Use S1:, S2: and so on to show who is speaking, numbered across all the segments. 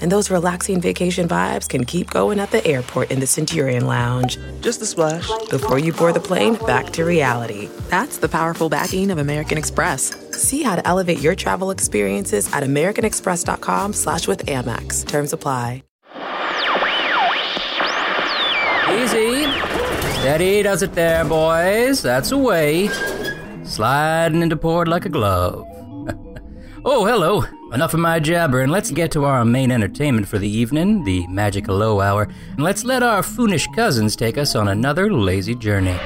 S1: And those relaxing vacation vibes can keep going at the airport in the Centurion Lounge
S2: Just a splash.
S1: before you board the plane back to reality. That's the powerful backing of American Express. See how to elevate your travel experiences at americanexpress.com slash with Amex. Terms apply.
S3: Easy. Steady does it there, boys. That's a way. Sliding into port like a glove. oh, hello. Enough of my jabbering. Let's get to our main entertainment for the evening, the magic low hour, and let's let our foonish cousins take us on another lazy journey.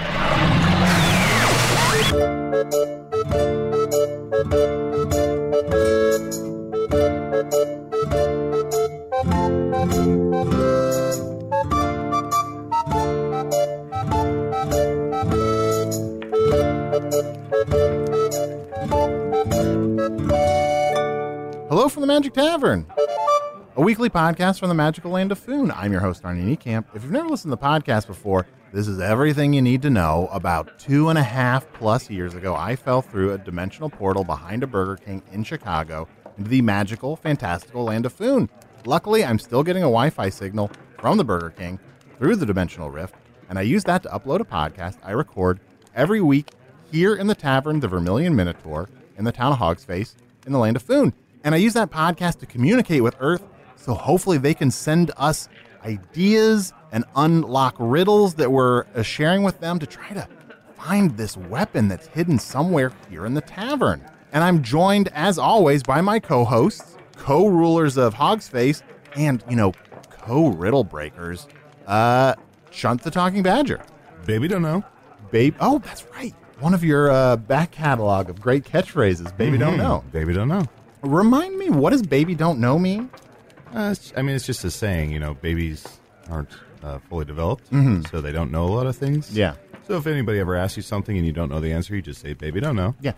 S4: Hello from the Magic Tavern, a weekly podcast from the magical land of Foon. I'm your host, Arnie Niekamp. If you've never listened to the podcast before, this is everything you need to know. About two and a half plus years ago, I fell through a dimensional portal behind a Burger King in Chicago into the magical, fantastical land of Foon. Luckily, I'm still getting a Wi Fi signal from the Burger King through the dimensional rift, and I use that to upload a podcast I record every week here in the tavern, the Vermilion Minotaur, in the town of Hogsface, in the land of Foon. And I use that podcast to communicate with Earth, so hopefully they can send us ideas and unlock riddles that we're uh, sharing with them to try to find this weapon that's hidden somewhere here in the tavern. And I'm joined, as always, by my co hosts, co rulers of Hogsface, and, you know, co riddle breakers, uh, Chunt the Talking Badger.
S5: Baby don't know.
S4: Babe. Oh, that's right. One of your uh, back catalog of great catchphrases, Baby Don't
S5: Mhm.
S4: Know.
S5: Baby don't know.
S4: Remind me, what does Baby Don't Know mean?
S5: Uh, it's, I mean, it's just a saying. You know, babies aren't uh, fully developed, so they don't know a lot of things.
S4: Mm-hmm. Yeah.
S5: So if anybody ever asks you something and you don't know the answer, you just say, "Baby don't know."
S4: Yeah.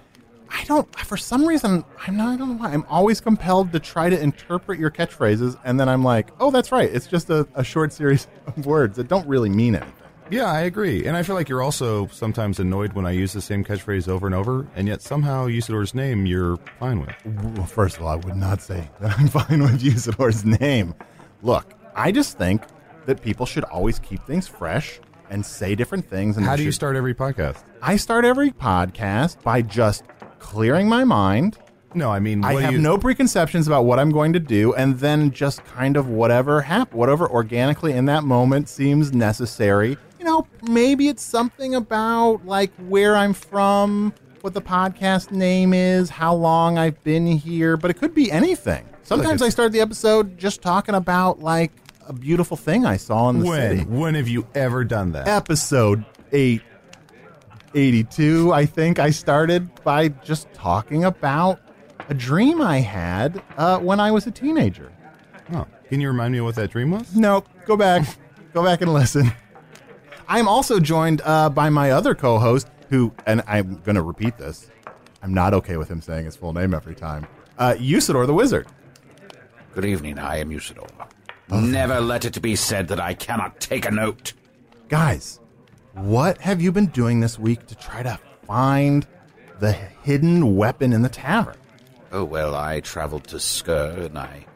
S4: I don't, for some reason, I'm not, I don't know why, I'm always compelled to try to interpret your catchphrases, and then I'm like, oh, that's right. It's just a, a short series of words that don't really mean anything.
S5: Yeah, I agree. And I feel like you're also sometimes annoyed when I use the same catchphrase over and over, and yet somehow Usador's name you're fine with.
S4: Well, first of all, I would not say that I'm fine with Usador's name. Look, I just think that people should always keep things fresh and say different things. And
S5: How
S4: they
S5: do you
S4: should-
S5: start every podcast?
S4: I start every podcast by just clearing my mind.
S5: No, I mean,
S4: I
S5: what do
S4: have
S5: you-
S4: no preconceptions about what I'm going to do, and then just kind of whatever hap- whatever organically in that moment seems necessary. You know, maybe it's something about like where I'm from, what the podcast name is, how long I've been here, but it could be anything. Sometimes
S5: it's-
S4: I start the episode just talking about like a beautiful thing I saw in the
S5: When?
S4: city.
S5: When have you ever done that?
S4: Episode eight. 82, I think I started by just talking about a dream I had uh, when I was a teenager.
S5: Oh, can you remind me what that dream was?
S4: No, go back. go back and listen. I'm also joined uh, by my other co host, who, and I'm going to repeat this, I'm not okay with him saying his full name every time uh, Usador the Wizard.
S6: Good evening, I am Usador. Never let it be said that I cannot take a note.
S4: Guys, what have you been doing this week to try to find the hidden weapon in the tavern?
S6: Oh well, I traveled to Skur and I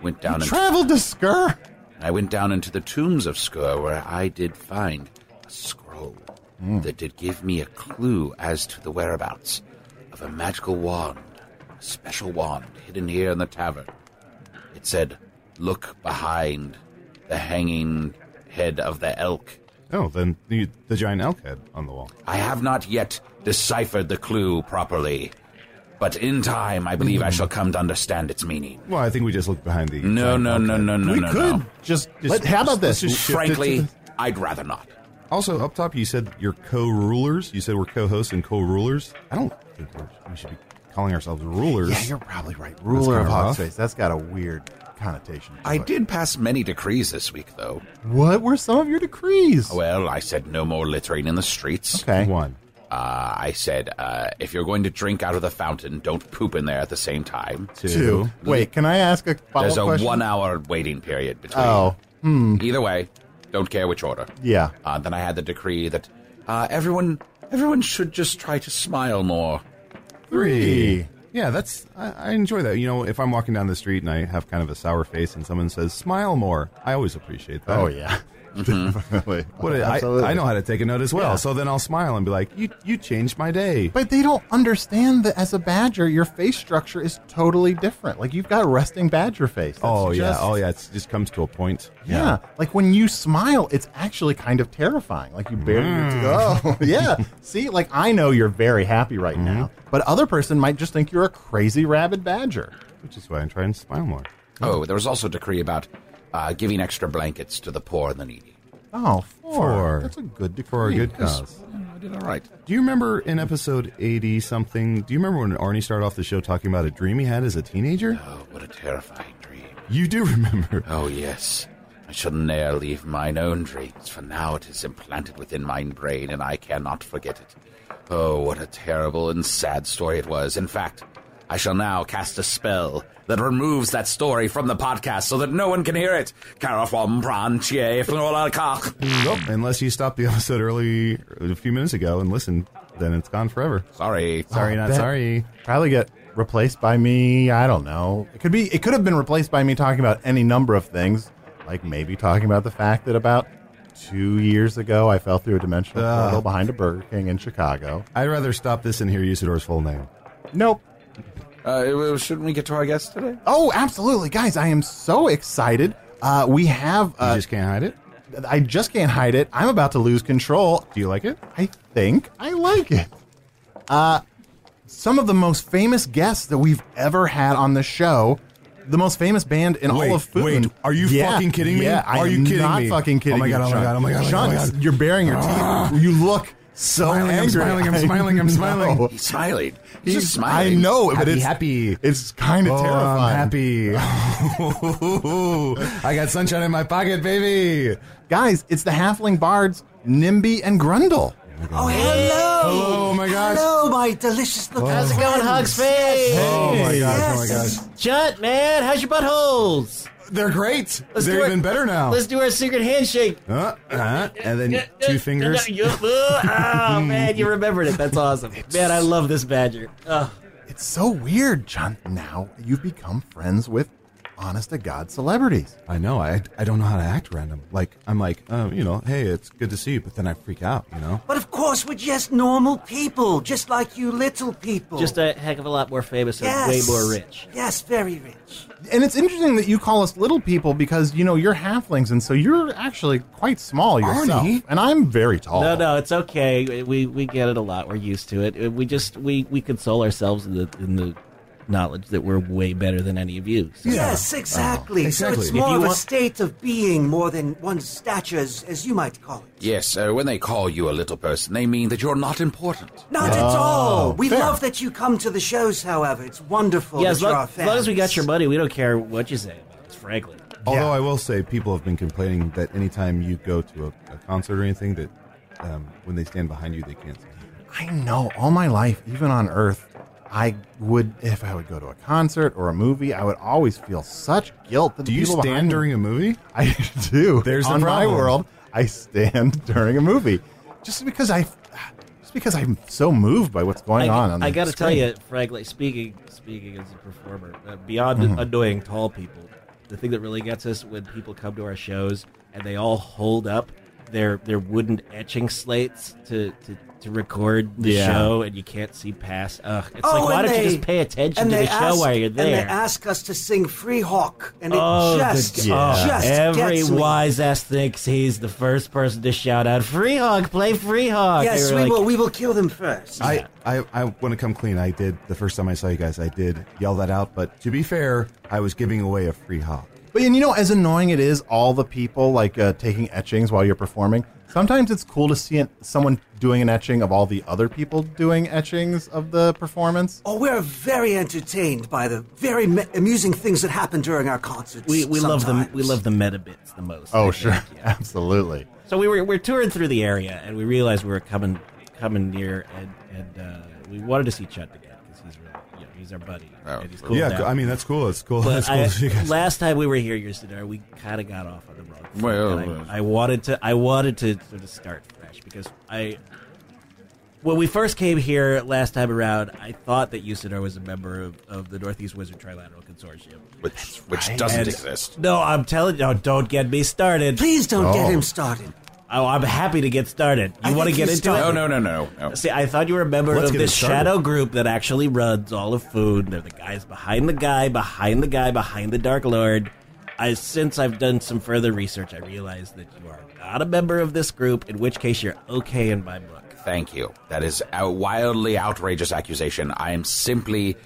S6: went down and
S4: Traveled to Skur.
S6: I went down into the tombs of Skur where I did find a scroll that did give me a clue as to the whereabouts of a magical wand, a special wand hidden here in the tavern. It said, Look behind the hanging head of the elk.
S5: Oh, then the, the giant elk head on the wall.
S6: I have not yet deciphered the clue properly, but in time I believe I shall come to understand its meaning.
S5: Well, I think we just looked behind the.
S6: No,
S5: giant
S6: no,
S5: elk
S6: no,
S5: head.
S6: no, no,
S4: we
S6: no,
S4: could
S6: no.
S4: just.
S5: Just-
S4: let- how about this?
S5: let's just shift it to
S6: Frankly,
S5: the-
S6: I'd rather not.
S5: Also, up top, you said you're co-rulers. You said we're co-hosts and co-rulers. I don't think we're, we should be calling ourselves rulers.
S4: yeah, you're probably right. Ruler of
S5: kinda rough.
S4: Hogsface. That's got a weird connotation. to
S6: I
S4: it.
S6: did pass many decrees this week, though.
S4: What were some of your decrees?
S6: Well, I said no more littering in the streets.
S4: okay.
S5: One.
S6: Uh, I said uh, if you're going to drink out of the fountain, don't poop in there at the same time.
S5: Two.
S4: Two. Wait, can I ask a follow
S6: There's a
S4: question?
S6: one-hour waiting period between.
S4: Oh,
S6: Either way, don't care which order.
S4: yeah.
S6: Uh, then I had the decree that uh, everyone everyone should just try to smile more.
S4: Three.
S5: Yeah, that's I, I enjoy that. You know, if I'm walking down the street and I have kind of a sour face and someone says "smile more," I always appreciate that.
S4: Oh yeah.
S6: Mm-hmm.
S4: Definitely.
S5: What a-
S4: Absolutely.
S5: I, I know how to take a note as well.
S4: Yeah.
S5: So then I'll smile and be like, "You you changed my day."
S4: But they don't understand that as a badger, your face structure is totally different. Like you've got a resting badger face. That's
S5: oh
S4: just-
S5: yeah, oh yeah. It just comes to a point.
S4: yeah. Like when you smile, it's actually kind of terrifying. Like you barely. Oh
S5: Mm.
S4: yeah. See, like I know you're very happy
S5: Mm-hmm.
S4: right now, but other person might just think you're a crazy rabid badger.
S5: which is why I try and smile more.
S7: Mm-hmm.
S6: Oh, there was also a decree about uh, giving extra blankets to the poor and the needy.
S4: Oh, four.
S5: Four.
S4: That's a good decree.
S5: For a good cause.
S6: I did all right.
S5: Do you remember in episode 80 something? Do you remember when Arnie started off the show talking about a dream he had as a teenager?
S6: Oh, what a terrifying dream.
S5: You do remember.
S6: Oh, yes. I shall ne'er leave mine own dreams, for now it is implanted within mine brain, and I cannot forget it. Oh, what a terrible and sad story it was. In fact, I shall now cast a spell that removes that story from the podcast so that no one can hear it. Caraform branchie floralcock.
S5: Nope. Unless you stopped the episode early a few minutes ago and listened, then it's gone forever.
S6: Sorry.
S5: Sorry,
S4: Oh,
S5: not
S4: that-
S5: sorry.
S4: probably get replaced by me. I don't know. It could be. It could have been replaced by me talking about any number of things, like maybe talking about the fact that about two years ago I fell through a dimensional
S5: Ugh.
S4: portal behind a Burger King in Chicago.
S5: I'd rather stop this and hear Usador's full name.
S4: Nope.
S6: Uh, shouldn't we get to our guest today?
S4: Oh, absolutely, guys! I am so excited. Uh, we have.
S5: You
S4: Uh,
S5: just can't hide it.
S4: I just can't hide it. I'm about to lose control.
S5: Do you like it?
S4: I think I like it. Uh, some of the most famous guests that we've ever had on the show. The most famous band in
S5: Wait,
S4: all of food.
S5: wait, are you fucking kidding me?
S4: Yeah, I
S5: Are you
S4: am
S5: kidding
S4: not
S5: me?
S4: fucking kidding
S5: Oh my
S4: you,
S5: God, oh my
S4: Sean.
S5: God, oh my God, oh my God, oh my
S4: Sean,
S5: God. Ah.
S4: You're baring your teeth. You look so
S5: Smiling, I'm
S4: angry.
S5: smiling, I'm
S4: I
S5: smiling, I'm
S4: know.
S5: smiling.
S6: He's smiling. He's,
S4: He's-
S6: just smiling.
S4: I know, but
S5: Happy,
S4: it's
S5: happy.
S4: It's kind of
S5: Oh,
S4: terrifying.
S5: I'm happy. I got sunshine in my pocket, baby.
S4: Guys, it's the halfling bards Nimby and Grundle.
S8: Oh, hello!
S5: Hello, oh my gosh.
S8: Hello, my delicious looking
S5: How's it
S8: friends.
S9: going, Hugs Face?
S5: Oh my gosh, oh my
S8: Yes.
S5: gosh.
S9: Chunt, man, how's your buttholes?
S5: They're great.
S9: do
S5: They're
S9: it.
S5: even better now.
S9: Let's do our secret handshake.
S5: Uh, Oh. uh, and then two fingers.
S9: oh man, you remembered it. That's awesome. Man, I love this badger. Oh,
S4: It's so weird, John. Now you've become friends with honest to God celebrities.
S5: I know. I, I don't know how to act random. Like I'm like, um, you know, hey, it's good to see you, but then I freak out. You know.
S8: But of course, we're just normal people, just like you little people.
S9: just a heck of a lot more famous and
S8: yes.
S9: way more rich.
S8: Yes, very rich.
S4: And it's interesting that you call us little people because you know you're halflings, and so you're actually quite small yourself.
S5: Arnie?
S4: And I'm very tall.
S9: No, no, it's okay. We we get it a lot. We're used to it. We just we we console ourselves in the in the knowledge that we're way better than any of you. So.
S8: Yes,
S5: Uh,
S8: exactly. So
S5: Exactly.
S8: it's
S5: If
S8: more
S9: you
S8: of a
S9: want-
S8: state of being more than one's stature, as, as you might call it.
S6: Yes, uh, when they call you a little person, they mean that you're not important.
S8: Not at all. We
S4: fair.
S8: love that you come to the shows, however. It's wonderful
S9: Yeah,
S8: that
S9: as
S8: you're
S9: long,
S8: our
S9: as long as we got
S8: fans.
S9: your money, we don't care what you say about us, frankly.
S5: Although I will say, people have been complaining that anytime you go to a, a concert or anything, that um, when they stand behind you, they can't. See.
S4: I know all my life, even on Earth, I would if I would go to a concert or a movie, I would always feel such guilt. That
S5: Do
S4: the
S5: you
S4: people behind
S5: stand
S4: me-
S5: during a movie?
S4: I do.
S5: There's the
S4: on my
S5: problem.
S4: world. I stand during a movie just because I, just because I'm so moved by what's going on. on the
S9: I got to tell
S4: screen.
S9: you, frankly, speaking speaking as a performer, uh, beyond
S4: Mm-hmm.
S9: annoying tall people, the thing that really gets us when people come to our shows and they all hold up their their wooden etching slates to to, to record the
S3: Yeah.
S9: show, and you can't see past. Ugh, it's
S8: Oh,
S9: like why
S8: and
S9: don't you
S8: they-
S9: just pay attention
S8: and
S9: to the
S8: they
S9: show while
S8: ask-
S9: you're
S8: And they
S9: there?
S8: ask us to sing Free Hawk, and it
S9: Oh,
S8: just,
S9: the-
S3: yeah.
S8: just
S9: every
S8: gets me.
S9: wise ass thinks he's the first person to shout out "Free Hog, play Free Hog."
S8: Yes,
S9: They
S8: we
S9: were like,
S8: will. We will kill them first.
S5: I, I, I want to come clean. I did the first time I saw you guys. I did yell that out, but to be fair, I was giving away a free hop.
S4: But and you know, as annoying it is, all the people like uh, taking etchings while you're performing. Sometimes it's cool to see an, someone doing an etching of all the other people doing etchings of the performance.
S8: Oh, we're very entertained by the very me- amusing things that happen during our concerts.
S9: We, we love them.
S8: sometimes.
S9: We love the meta bits the most. I
S4: Oh,
S9: think,
S4: sure,
S9: yeah.
S4: absolutely.
S9: So we were we're touring through the area, and we realized we were coming coming near, and and uh, we wanted to see Chud again because he's really, you know, he's our buddy.
S6: Oh,
S9: and he's cool
S5: yeah,
S9: now.
S5: I mean that's cool. It's cool.
S9: But
S5: that's cool.
S9: I-
S5: that you guys-
S9: last time we were here years ago, we kind of got off on the wrong. foot,
S6: Well,
S9: and
S6: uh,
S9: I, I wanted to. I wanted to sort of start fresh because I. When we first came here last time around, I thought that Usador was a member of, of the Northeast Wizard Trilateral Consortium.
S6: which which doesn't
S9: And-
S6: exist.
S9: No, I'm telling you, no, don't get me started.
S8: Please don't
S4: Oh.
S8: get him started.
S9: Oh, I'm happy to get started.
S8: I
S9: You want to
S8: think
S9: get
S8: he's
S9: into
S8: started.
S6: No,
S9: it?
S6: no, no, no, no.
S9: See, I thought you were a member
S5: Let's
S9: of
S5: get
S9: this
S5: it started.
S9: shadow group that actually runs all of food. They're the guys behind the guy, behind the guy, behind the Dark Lord. I, since I've done some further research, I realized that you are not a member of this group, in which case you're okay in my book.
S6: Thank you. That is a wildly outrageous accusation. I am simply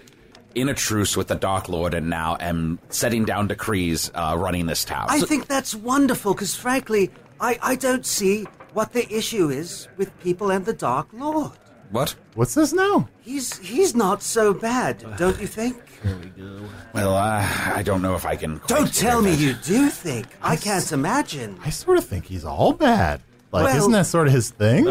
S6: in a truce with the Dark Lord and now am setting down decrees uh, running this town.
S8: I think that's wonderful because, frankly, I, I don't see what the issue is with people and the Dark Lord.
S6: what?
S4: What's this now?
S8: He's he's not so bad, don't you think?
S6: Well, uh, I don't know if I can. quite
S8: Don't tell me
S6: figure
S8: you do think. I can't imagine.
S4: I sort of think he's all bad. Like,
S8: Well-
S4: isn't that sort of his thing?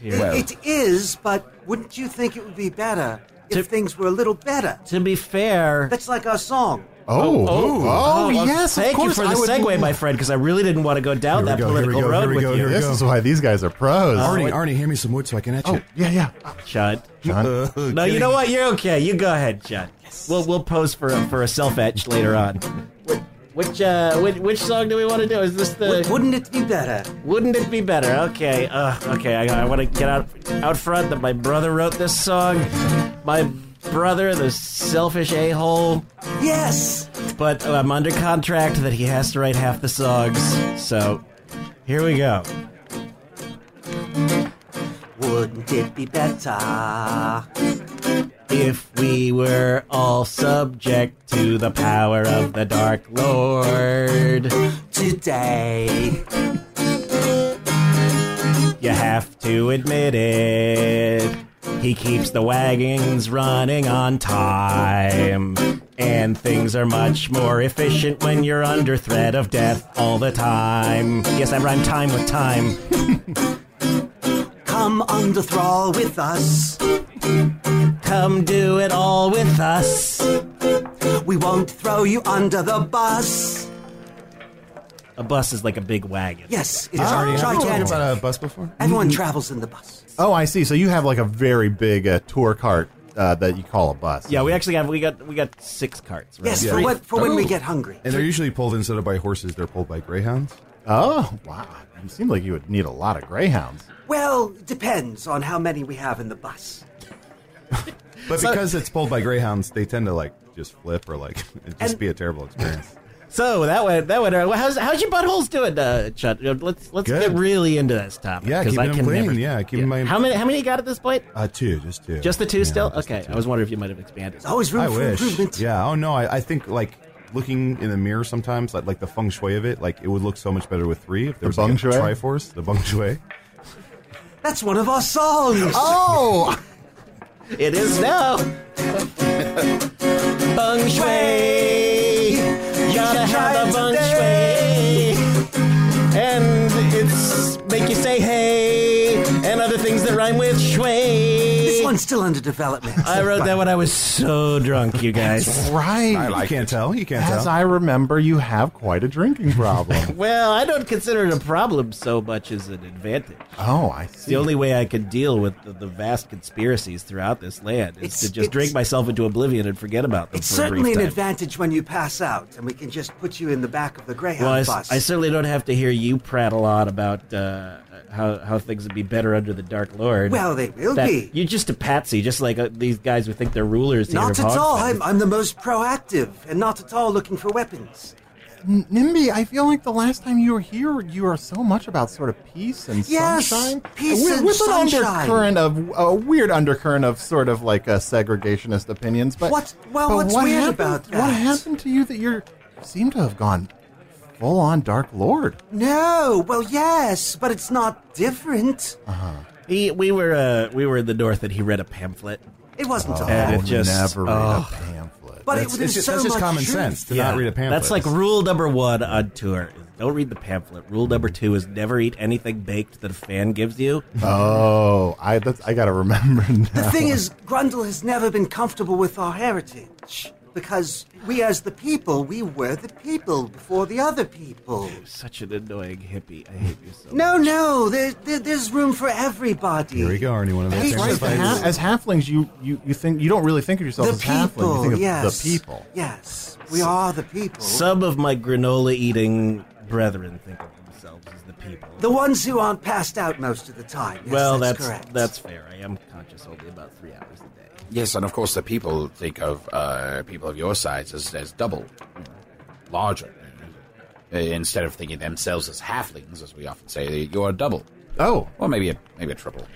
S8: It- it is, but wouldn't you think it would be better if things were a little better?
S9: To be fair,
S8: That's like our song.
S4: oh, oh,
S9: well,
S4: yes,
S9: thank
S4: of course.
S9: you for the
S4: I would-
S9: segue, my friend, because I really didn't want to go down
S5: Here we
S9: that
S5: go, here we
S9: political
S5: go,
S9: road
S5: here we
S9: with
S5: go,
S9: you.
S5: here we
S4: This
S5: go.
S4: is why these guys are pros.
S5: Arnie, Arnie, hand me some wood so I can etch
S4: Oh,
S5: it. Uh,
S4: yeah, yeah.
S9: Chud.
S4: John.
S9: No, you know what? You're okay. You go ahead, Chud. We'll we'll pose for a, for a self etch later on. Which uh, which, which song do we want to do? Is this the?
S8: Wou- Wouldn't it be better?
S9: Wouldn't it be better? Okay, uh, okay, I, I want to get out out front that my brother wrote this song. My brother, the selfish a hole,
S8: Yes!
S9: but uh, I'm under contract that he has to write half the songs. So, here we go.
S8: Wouldn't it be better?
S9: If we were all subject to the power of the Dark Lord,
S8: Today,
S9: you have to admit it. He keeps the wagons running on time. And things are much more efficient when you're under threat of death all the time. Yes, I rhyme time with time.
S8: come under thrall with us.
S9: Come do it all with us.
S8: We won't throw you under the bus.
S9: A bus is like a big wagon.
S8: Yes, it's
S5: Arnie, have we talked
S8: gigantic.
S5: about a bus before?
S8: Everyone travels in the bus.
S4: Oh, I see. So you have like a very big uh, tour cart uh, that you call a bus.
S9: Yeah, we actually have we got we got six carts. Right?
S8: Yes,
S5: Yeah.
S8: for,
S5: Three-
S8: when, for when we
S6: Oh.
S8: get hungry.
S5: And they're usually pulled instead of by horses, they're pulled by greyhounds.
S4: Oh, wow. You seem like you would need a lot of greyhounds.
S8: Well, depends on how many we have in the bus.
S5: But because it's pulled by greyhounds, they tend to like just flip or like it'd just be a terrible experience.
S9: So that went that went. all right. How's how's your buttholes doing, uh, Chud? Let's let's
S5: Good.
S9: get really into this topic.
S5: Yeah,
S9: 'cause
S5: keeping
S9: I
S5: them
S9: can
S5: clean.
S9: never-
S5: Yeah, keeping my-
S9: How many how many you got at this point?
S5: Uh, two, just two,
S9: Just the two
S5: Yeah,
S9: still?
S5: just the
S9: Okay,
S5: two.
S9: I was wondering if you might have expanded.
S8: Always room
S5: I
S8: for
S5: wish.
S8: improvement.
S5: Yeah. Oh no. I, I think like looking in the mirror sometimes, like like the feng shui of it, like it would look so much better with three if there was
S4: feng
S5: like, a
S4: shui?
S5: triforce, the feng shui.
S8: That's one of our songs.
S4: Oh,
S9: It is now. Bung shui. You gotta have a bung shui. And it's make you say hey. And other things that rhyme with shui.
S8: This one's still under development.
S9: I wrote that when I was so drunk, you guys.
S4: Right.
S5: I like
S4: As
S5: you can't tell. You can't tell.
S4: I remember, you have quite a drinking problem.
S9: Well, I don't consider it a problem so much as an advantage.
S4: oh, I
S9: It's the
S4: see.
S9: only way I could deal with the, the vast conspiracies throughout this land is
S8: It's-
S9: to just drink
S8: it's-
S9: myself into oblivion and forget about them
S8: It's
S9: for a brief
S8: certainly an
S9: time.
S8: advantage when you pass out, and we can just put you in the back of the Greyhound
S9: Well, I, s-
S8: bus.
S9: I certainly don't have to hear you prattle on about uh, how how things would be better under the Dark Lord.
S8: Well, they will
S9: That-
S8: be.
S9: You're just a patsy, just like uh, these guys who think they're rulers here.
S8: Not
S9: of
S8: at all.
S9: Hogsmeade.
S8: I'm, I'm the most proactive, and not at all looking for weapons.
S4: Nimby, I feel like the last time you were here, you were so much about sort of peace and
S8: Yes,
S4: sunshine.
S8: peace
S4: with,
S8: and
S4: with
S8: sunshine.
S4: an undercurrent of a weird undercurrent of sort of like uh, segregationist opinions. But
S8: What- well,
S4: but
S8: what's
S4: what
S8: weird
S4: happened,
S8: about
S4: What
S8: that?
S4: happened to you that you seem to have gone full on Dark Lord?
S8: No, well, yes, but it's not different.
S9: He, we were uh, we were in the north, and he read a pamphlet.
S8: It wasn't
S5: Oh,
S8: all.
S9: And
S4: I'll
S9: it just-
S4: never read
S9: oh.
S4: a pamphlet.
S8: but it
S5: That's,
S8: was
S5: it's just,
S8: so
S5: that's just
S8: much
S5: common
S8: truth.
S5: sense to not read a pamphlet.
S9: That's like rule number one on tour: is don't read the pamphlet. Rule number two is never eat anything baked that a fan gives you.
S4: oh, I that's, I gotta remember now.
S8: The thing is, Grundle has never been comfortable with our heritage. Because we, as the people, we were the people before the other people.
S9: Such an annoying hippie. I hate you so.
S8: No, no, there, there, there's room for everybody.
S5: Here we go, Ernie. One of those
S8: That's
S5: things.
S8: right,
S4: Right,
S5: that's
S4: the
S5: like-
S4: ha- as halflings, you, you, you think you don't really think of yourself
S8: The
S4: as halfling. You
S8: people,
S4: think of
S8: yes.
S4: the people.
S8: Yes, we are the people.
S9: Some of my granola eating brethren think of themselves as the people.
S8: the ones who aren't passed out most of the time. Yes,
S9: well,
S8: that's,
S9: that's
S8: correct.
S9: that's fair. I am conscious only about three hours a day.
S6: Yes, and of course the people think of uh, people of your size as, as double, larger. Uh, Instead of thinking themselves as halflings, as we often say, you're a double,
S4: Oh,
S6: or maybe a maybe a triple.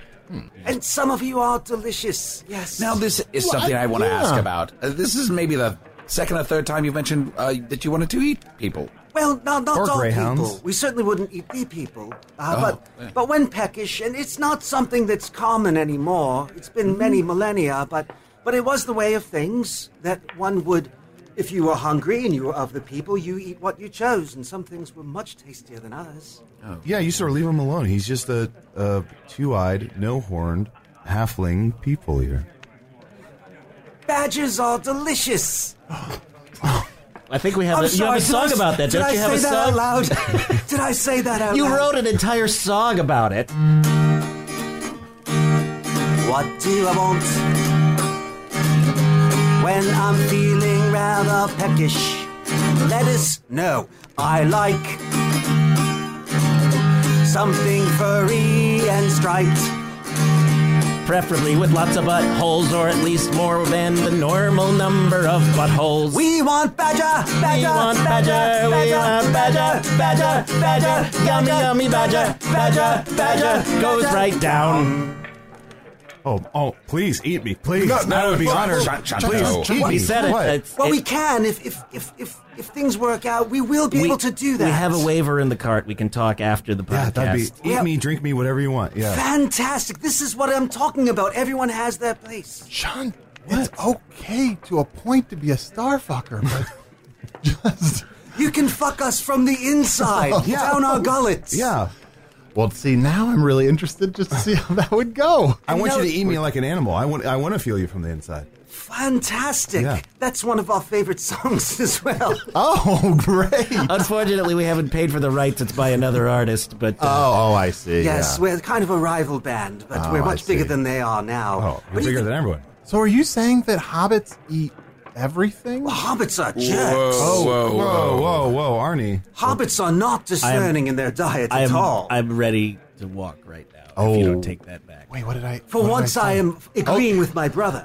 S8: And some of you are delicious. Yes.
S6: Now, this is something I, want to ask about. Uh, this is maybe the second or third time you've mentioned uh, that you wanted to eat people.
S8: well, not not
S5: Or
S8: all
S5: greyhounds. Oh.
S8: people. We certainly wouldn't eat the people. Uh, but but when peckish, and it's not something that's common anymore. It's been
S5: Mm-hmm.
S8: many millennia, but but it was the way of things that one would. If you were hungry and you were of the people, you eat what you chose, and some things were much tastier than others.
S5: Yeah, you sort of leave him alone. He's just a, a two-eyed, no-horned halfling people eater.
S8: Badgers are delicious.
S9: I think we have.
S8: I'm
S9: A, you have
S8: sorry,
S9: a
S8: did I
S9: song
S8: s-
S9: about that,
S8: Did
S9: don't
S8: I
S9: you? Have
S8: say
S9: a
S8: that out
S9: song.
S8: loud? did I say that out
S9: You
S8: loud?
S9: wrote an entire song about it.
S8: What do I want? When I'm feeling rather peckish. Lettuce? No. I like something furry and striped.
S9: Preferably with lots of buttholes, or at least more than the normal number of buttholes.
S8: We want badger, badger,
S9: want badger, we want badger, badger, badger, yummy, yummy badger, badger, badger, goes right down.
S5: Oh, oh! Please eat me, please. I would be
S6: no,
S5: honored.
S6: shut- shut-
S5: please
S6: no.
S5: eat
S9: We
S5: me.
S9: said it.
S5: What?
S9: It's,
S8: Well,
S9: it-
S8: we can if if if if if things work out, we will be able to do that.
S9: We have a waiver in the cart. We can talk after the podcast.
S5: yeah, that'd be eat
S8: Yeah.
S5: me, drink me, whatever you want. Yeah.
S8: Fantastic! This is what I'm talking about. Everyone has their place.
S4: Sean, it's okay to a point to be a starfucker, but just
S8: You can fuck us from the inside,
S4: Oh,
S8: down our gullets.
S5: Yeah.
S4: well, see now I'm really interested just to see how that would go.
S5: I want
S8: No-
S5: you to eat me like an animal. I want. I want to feel you from the inside.
S8: Fantastic.
S5: Yeah.
S8: That's one of our favorite songs as well.
S4: Oh, great! Oh,
S9: Unfortunately, we haven't paid for the rights. It's by another artist, but uh,
S4: oh, I see.
S8: yes,
S4: yeah.
S8: we're kind of a rival band, but
S4: Oh,
S8: we're
S4: I
S8: much bigger
S4: see.
S8: than they are now.
S5: Oh, you're
S8: But you
S5: bigger
S8: can-
S5: than everyone.
S4: So, are you saying that hobbits eat everything?
S8: Hobbits are jerks.
S5: Oh,
S4: Oh.
S5: whoa, whoa, whoa, whoa, Arnie!
S8: Hobbits are not discerning in their diet
S9: I'm
S8: at all.
S9: I'm ready to walk right now. if
S4: Oh.
S9: you don't take that back.
S4: Wait, what did I?
S8: For
S4: what did
S8: once,
S4: I,
S8: I,
S4: say? Oh. Uh,
S8: am agreeing with my brother.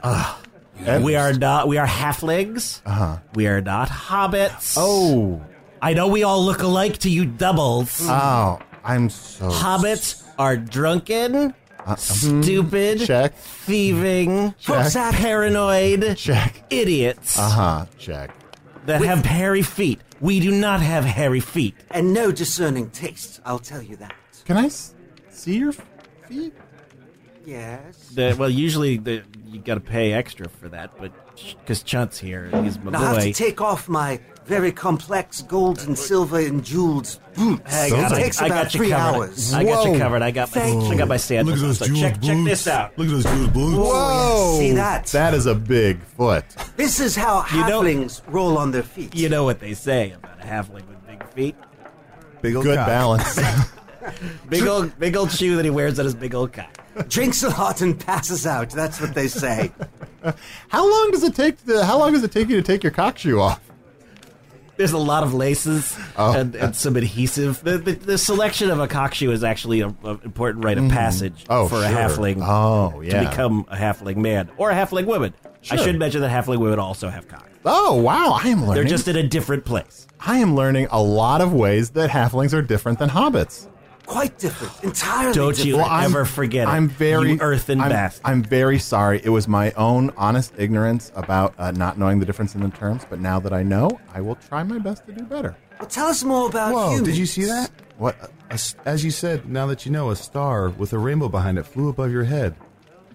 S9: We are not. We are halflings. Uh-huh. We are not hobbits.
S4: Oh,
S9: I know we all look alike to you doubles.
S4: oh, I'm so
S9: hobbits are drunken, stupid,
S4: Check.
S9: thieving,
S4: uh,
S8: Check. Check.
S9: paranoid,
S4: Check.
S9: idiots
S4: Uh huh. Check.
S9: that have hairy feet. We do not have hairy feet.
S8: and no discerning taste, I'll tell you that.
S4: Can I s- see your feet?
S8: Yes.
S9: The, well, usually the, you got to pay extra for that, but because Chunt's here, and he's my
S8: Now I have
S9: Oh, boy.
S8: to take off my very complex gold and silver and jeweled boots.
S9: I got,
S8: it
S9: it.
S8: takes
S9: I
S8: about
S9: got you
S8: three
S9: covered.
S8: hours.
S9: I got
S4: Whoa.
S9: you covered. I got my,
S8: Thank
S9: I got my sandals.
S5: Look at those
S9: So
S5: jeweled
S9: check,
S5: boots.
S9: check this out.
S5: Look at those jeweled boots.
S8: Oh, yeah, see
S4: Whoa.
S8: that?
S4: That is a big foot.
S8: This is how
S9: You know-
S8: halflings roll on their feet.
S9: You know what they say about a halfling with big feet?
S5: Big old
S4: Good
S5: cock.
S4: balance.
S9: Big old, big old shoe that he wears on his big old cock.
S8: Drinks a lot and passes out. That's what they say.
S4: how long does it take? To, how long does it take you to take your cock shoe off?
S9: There's a lot of laces and, and some adhesive. The, the, the selection of a cock shoe is actually an important rite of passage
S4: Oh,
S9: for a
S4: sure.
S9: halfling
S4: Oh, yeah.
S9: to become a halfling man or a halfling woman. I
S4: Sure.
S9: should mention that halfling women also have cock.
S4: Oh wow, I am learning.
S9: They're just in a different place.
S4: I am learning a lot of ways that halflings are different than hobbits.
S8: Quite different. Entirely
S9: Don't you
S8: different.
S4: I'm-
S9: ever forget it.
S4: I'm very
S9: you earthen
S4: I'm,
S9: bastard.
S4: I'm very sorry. It was my own honest ignorance about uh, not knowing the difference in the terms. But now that I know, I will try my best to do better.
S8: Well, tell us more about
S5: Whoa,
S8: humans.
S5: did you see that?
S4: What? uh,
S5: A s as you said, now that you know, a star with a rainbow behind it flew above your head.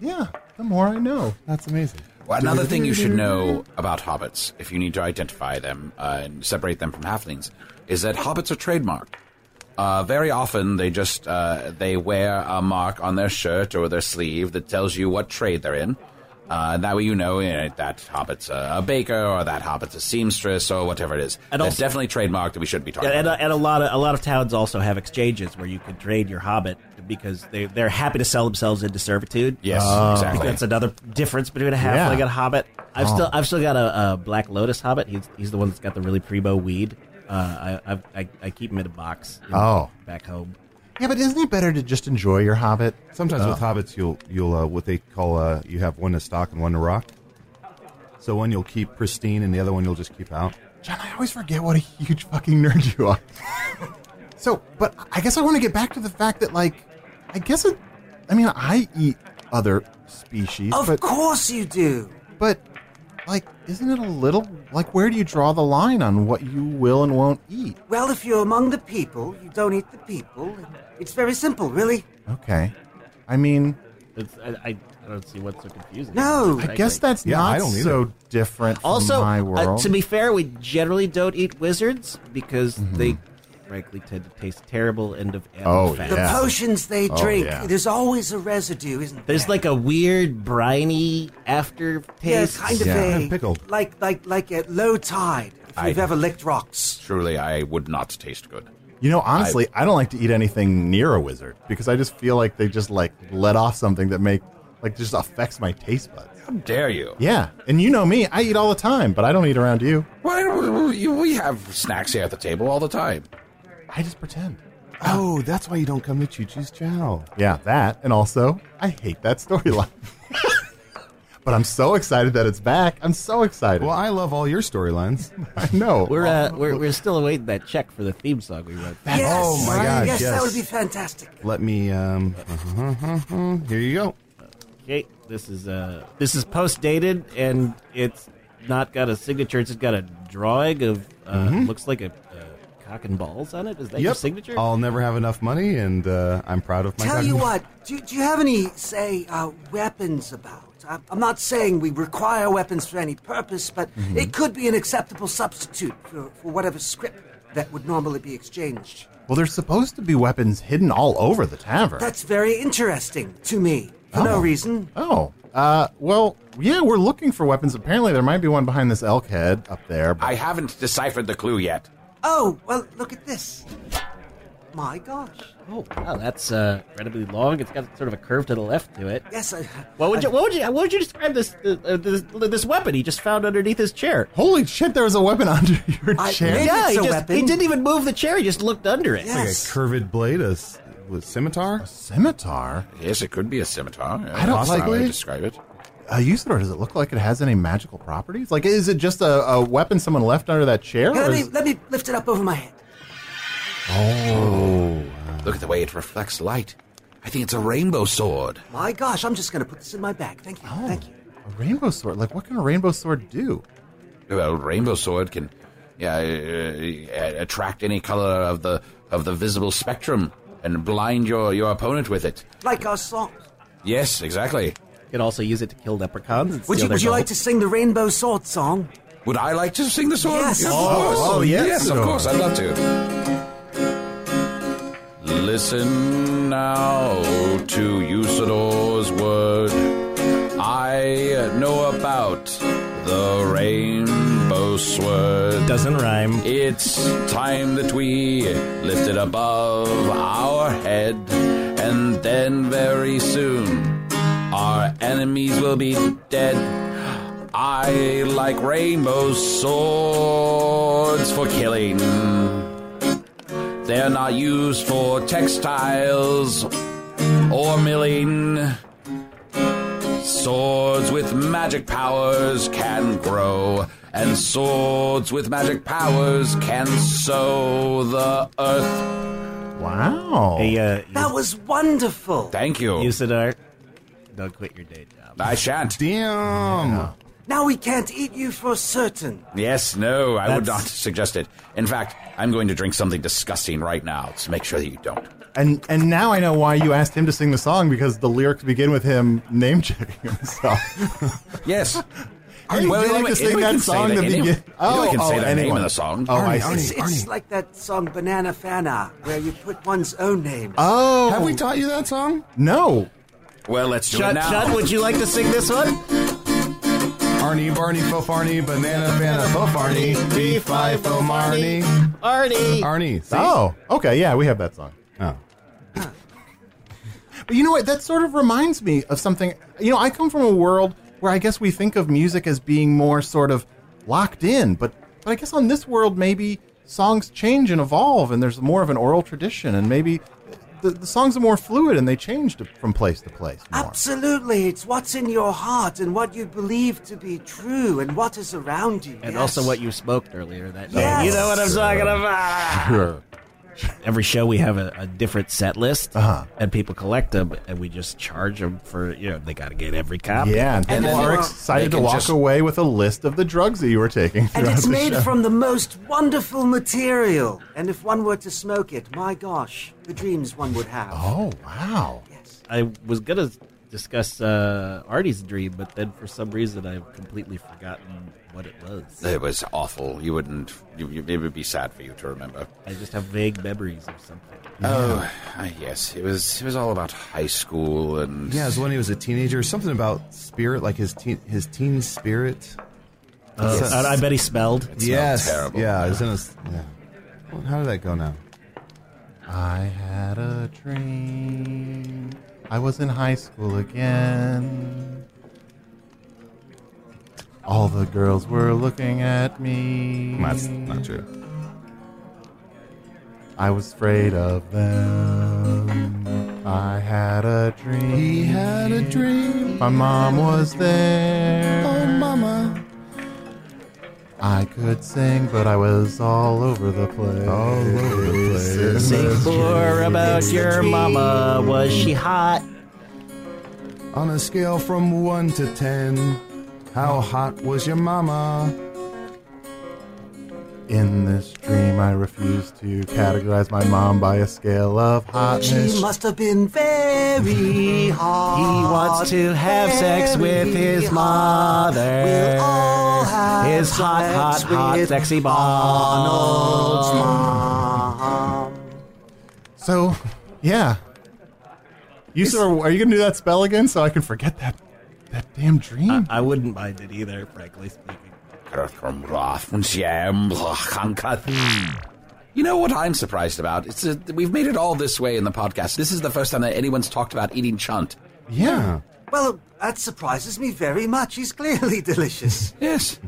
S4: yeah, the more I know.
S5: That's amazing.
S6: Well, another thing you should know about hobbits, if you need to identify them uh, and separate them from halflings, is that hobbits are trademarked. Uh, very often, they just uh, they wear a mark on their shirt or their sleeve that tells you what trade they're in. Uh, that way, you know you know, that hobbit's a, a baker or that hobbit's a seamstress or whatever it is.
S9: And
S6: That's
S9: also-
S6: definitely trademarked that we shouldn't be talking
S9: Yeah, and,
S6: about.
S9: and a lot of a lot of towns also have exchanges where you could trade your hobbit because they they're happy to sell themselves into servitude. Uh,
S6: yes,
S9: I think
S6: exactly.
S9: that's another difference between a halfling
S4: Yeah. Oh.
S9: and a hobbit. I've still I've still got a, a black lotus hobbit. He's, he's the one that's got the really primo weed. Uh, I, I've, I I keep him in a box. in-
S4: Oh.
S9: back home.
S4: Yeah, but isn't it better to just enjoy your hobbit?
S5: Sometimes with hobbits, you'll you'll uh, what they call uh, you have one to stock and one to rock. So one you'll keep pristine, and the other one you'll just keep out.
S4: John, I always forget what a huge fucking nerd you are. so, but I guess I want to get back to the fact that, like, I guess it. I mean, I eat other species,
S8: Of
S4: but
S8: course you do.
S4: but like, isn't it a little like where do you draw the line on what you will and won't eat?
S8: Well, if you're among the people, you don't eat the people. It's very simple, really.
S4: Okay, I mean,
S9: It's, I, I I don't see what's so confusing.
S8: No.
S4: I guess that's
S5: Yeah,
S4: not
S5: I don't either.
S4: so different. From
S9: Also,
S4: my
S9: uh,
S4: world.
S9: to be fair, we generally don't eat wizards because they frankly tend to taste terrible and of animal
S4: Mm-hmm. Oh,
S9: fat.
S8: The
S4: Yeah.
S8: potions they
S4: Oh,
S8: drink,
S4: yeah.
S8: there's always a residue, isn't there?
S9: There's like a weird briny
S8: yeah,
S9: aftertaste.
S8: kind of
S4: Yeah.
S8: a
S5: And pickled.
S8: like like like at low tide. If
S6: I-
S8: you've ever licked rocks,
S6: Truly, I would not taste good.
S4: you know, honestly, I, don't like to eat anything near a wizard because I just feel like they just like let off something that make like just affects my taste buds.
S6: How dare you?
S4: Yeah, and you know me, I eat all the time, but I don't eat around you.
S6: Well, you- we have snacks here at the table all the time.
S4: I just pretend.
S5: Oh, that's why you don't come to Choo Choo's Chow.
S4: Yeah, that, and also, I hate that storyline. but I'm so excited that it's back. I'm so excited.
S5: Well, I love all your storylines.
S4: I know.
S9: We're, uh, we're we're still awaiting that check for the theme song we wrote.
S4: That's-
S8: yes,
S5: Oh my God,
S8: yes,
S5: yes.
S8: that would be fantastic.
S5: Let me. um Here you go.
S9: Okay, this is uh this is post dated and it's not got a signature. It's just got a drawing of uh,
S4: Mm-hmm.
S9: looks like a uh, cock and balls on it. Is that your signature?
S5: I'll never have enough money, and uh, I'm proud of my.
S8: Tell
S5: cock-
S8: you what, do, do you have any say uh, weapons about? I'm, I'm not saying we require weapons for any purpose, but it could be an acceptable substitute for, for whatever script that would normally be exchanged.
S4: well, there's supposed to be weapons hidden all over the tavern.
S8: That's very interesting to me for no
S4: Oh.
S8: reason.
S4: oh, uh, well, yeah, we're looking for weapons. Apparently, there might be one behind this elk head up there. But
S6: I haven't deciphered the clue yet.
S8: Oh, well, look at this. My gosh.
S9: Oh wow, that's uh, incredibly long. It's got sort of a curve to the left to it.
S8: Yes, I.
S9: What would you what would you what would you describe this uh, this, this weapon he just found underneath his chair?
S4: holy shit, there was a weapon under your
S8: I-
S4: chair.
S8: maybe-
S9: Yeah,
S8: it's
S9: he
S8: a
S9: just
S8: weapon.
S9: he didn't even move the chair. He just looked under it.
S5: Like a
S8: Yes.
S5: curved blade, a, s- with scimitar.
S4: Scimitar?
S6: Yes, it could be a scimitar.
S4: I don't
S6: That's
S4: like-
S6: how I would describe it.
S4: Uh, Usador, does it look like it has any magical properties? Like, is it just a, a weapon someone left under that chair?
S8: Here,
S4: or
S8: let, me,
S4: is-
S8: let me lift it up over my head.
S6: Look at the way it reflects light. I think it's a rainbow sword.
S8: My gosh, I'm just going to put this in my bag. Thank you. Thank you.
S4: A rainbow sword? Like, what can a rainbow sword do?
S6: Well, rainbow sword can yeah, uh, uh, attract any color of the of the visible spectrum and blind your, your opponent with it.
S8: Like our song.
S6: Yes, exactly.
S7: You can also use it to kill leprechauns. and steal
S8: Would you,
S7: their
S8: would you like to
S7: gold.
S8: sing the Rainbow Sword song?
S6: Would I like to sing the song?
S8: Yes.
S6: Of
S8: Oh,
S6: course.
S4: oh, yes,
S6: of
S4: sir.
S6: course, I'd love to. Listen now to Usador's word. I know about the rainbow sword.
S9: Doesn't rhyme.
S6: It's time that we lift it above our head, and then very soon our enemies will be dead. I like rainbow swords for killing. They're not used for textiles or milling. Swords with magic powers can grow, and swords with magic powers can sow the earth.
S4: Wow.
S9: Hey, uh,
S8: That was wonderful.
S6: Thank you.
S9: Usador,
S7: Don't quit your day job.
S6: I shan't.
S5: Damn.
S8: Now we can't eat you for certain.
S6: Yes, no, I would
S9: That's-
S6: not suggest it. In fact, I'm going to drink something disgusting right now to make sure that you don't.
S4: And and now I know why you asked him to sing the song because the lyrics begin with him name checking himself.
S6: Yes.
S4: Arnie, would you like to sing that song that
S6: begins?
S4: begin- Oh,
S6: can say
S4: oh,
S6: the name
S4: anyone.
S6: of the song.
S4: Oh, I
S5: Arnie,
S4: see.
S8: It's, it's like that song Banana Fana, where you put one's own name.
S4: Oh,
S5: Have we taught you that song?
S4: no.
S6: Well, let's do it
S7: Chud,
S6: now.
S7: Chud, would you like to sing this one?
S5: Arnie, Barney, Fo Farney, Banana, Banana, Fo Farney, B Fi, Fo Marnie.
S7: Arnie!
S5: Arnie. see?
S4: Oh, okay. Yeah, we have that song.
S5: Oh.
S4: But you know what? That sort of reminds me of something. You know, I come from a world where I guess we think of music as being more sort of locked in, but but I guess on this world maybe songs change and evolve, and there's more of an oral tradition, and maybe the, the songs are more fluid and they change to, from place to place. More.
S8: Absolutely, it's what's in your heart and what you believe to be true and what is around you.
S7: And
S8: yes.
S7: also what you smoked earlier that day.
S8: Yes.
S7: You know what I'm talking about?
S4: Sure.
S7: Every show we have a, a different set list, uh-huh. and people collect them, and we just charge them for, you know, they got to get every copy.
S4: Yeah, and
S8: And
S4: people
S8: then
S4: are
S8: they
S4: excited to
S6: can
S4: walk
S6: just-
S4: away with a list of the drugs that you were taking.
S8: And
S4: throughout
S8: it's
S4: the
S8: made
S4: show.
S8: from the most wonderful material. And if one were to smoke it, my gosh, the dreams one would have.
S4: Oh wow!
S8: Yes.
S7: I was gonna discuss uh, Artie's dream, but then for some reason I've completely forgotten what it was.
S6: It was awful. You wouldn't. You, you, it would be sad for you to remember.
S7: I just have vague memories of something.
S6: Oh, uh, yes. It was. It was all about high school and.
S5: Yeah, it was when he was a teenager. Something about spirit, like his teen, his teen spirit. Yes.
S7: Uh, I, I bet he smelled.
S6: It smelled Terrible.
S5: Yeah, it was in a s yeah. Well, how did that go now?
S4: I had a dream. I was in high school again. All the girls were looking at me.
S7: Hmm.
S5: That's not true.
S4: I was afraid of them. I had a dream.
S5: He had a dream.
S4: My mom was there.
S5: Oh, mama.
S4: I could sing, but I was all over the place.
S5: All over the place.
S7: Say more about your mama. Was she hot?
S5: On a scale from one to ten, how hot was your mama?
S4: In this dream, I refused to categorize my mom by a scale of hotness.
S8: She must have been very hot.
S7: He wants to have sex with his mother.
S8: We'll all have
S7: his hot,
S8: sex
S7: hot, hot,
S8: with
S7: sexy Arnold's
S8: mom.
S4: So, yeah. You sir, are you gonna do that spell again so I can forget that that damn dream?
S7: I wouldn't mind it either, frankly speaking.
S6: You know what I'm surprised about? It's uh we've made it all this way in the podcast. This is the first time that anyone's talked about eating chunt.
S4: yeah.
S8: Well, that surprises me very much. He's clearly delicious.
S6: Yes.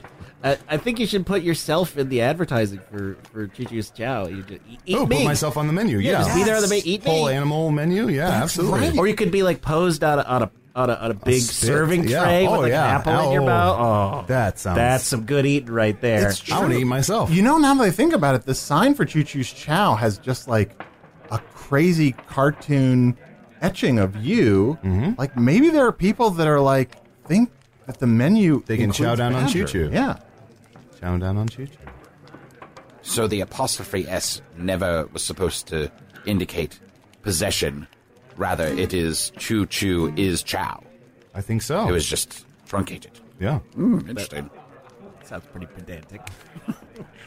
S7: I, I think you should put yourself in the advertising for for Chichu's Chow. You just eat eat
S5: oh,
S7: me.
S5: put myself on the menu. Yeah,
S7: Just be there on the
S8: Yes.
S7: ma- eat
S5: whole
S7: me.
S5: animal menu. Yeah, absolutely.
S7: Or you could be like posed on a on a on a, on a big
S5: spit,
S7: serving
S5: yeah.
S7: tray
S5: Oh,
S7: with like
S5: yeah.
S7: an apple in your
S5: Oh.
S7: mouth. Oh,
S5: That sounds.
S7: that's some good eating right there.
S4: It's
S5: I want to eat myself.
S4: You know, now that I think about it, the sign for Choo Choo's Chow has just like a crazy cartoon etching of you.
S5: Mm-hmm.
S4: Like maybe there are people that are like think that the menu
S5: They can
S4: includes
S5: chow down on
S4: badger.
S5: Choo Choo.
S4: Yeah.
S5: Chow down on choo choo.
S6: So the apostrophe S never was supposed to indicate possession Rather,
S7: Hmm.
S6: it is choo choo is chow.
S5: I think so.
S6: It was just truncated.
S5: yeah.
S6: Interesting.
S7: Sounds pretty pedantic.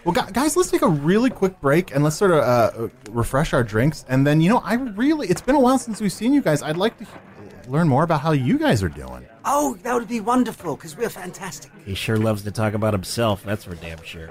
S4: Well, gu- guys, let's take a really quick break and let's sort of uh, refresh our drinks. And then, you know, I really, it's been a while since we've seen you guys. I'd like to he- learn more about how you guys are doing.
S8: Oh, that would be wonderful because we're fantastic.
S7: He sure loves to talk about himself. That's for damn sure.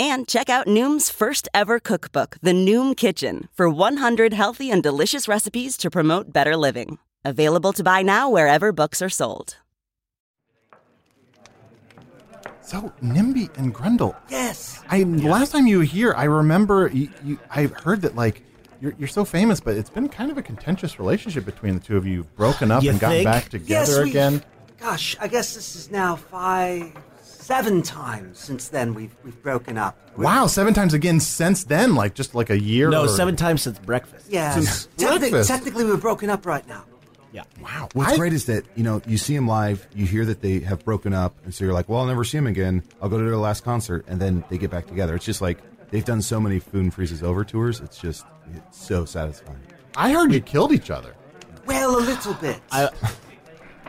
S10: And check out Noom's first ever cookbook, The Noom Kitchen, for 100 healthy and delicious recipes to promote better living. Available to buy now wherever books are sold.
S4: So, Nimby and Grundle.
S8: Yes.
S4: I last time you were here, I remember you, you, I heard that like you're, you're so famous, but it's been kind of a contentious relationship between the two of you. You've broken up
S7: You
S4: and gotten
S7: think?
S4: back together
S8: yes, we,
S4: again.
S8: Gosh, I guess this is now five, seven times since then we've we've broken up. We're-
S4: Wow, seven times again since then, like just like a year.
S7: No,
S4: or-
S7: seven times since breakfast.
S8: Yeah.
S5: Since
S8: techni-
S4: breakfast.
S8: technically, we're broken up right now.
S7: Yeah.
S4: Wow,
S5: What's
S4: I-
S5: great is that you know you see them live, you hear that they have broken up, and so you're like, "Well, I'll never see them again. I'll go to their last concert," and then they get back together. It's just like they've done so many Food and Freezes over tours. It's just it's so satisfying.
S4: I heard you killed each other.
S8: Well, a little bit.
S7: I uh,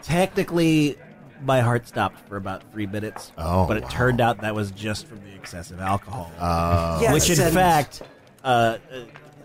S7: technically my heart stopped for about three minutes.
S4: Oh,
S7: but it
S4: wow.
S7: turned out that was just from the excessive alcohol,
S5: Uh.
S8: yes,
S7: which in
S8: and-
S7: fact, uh, uh,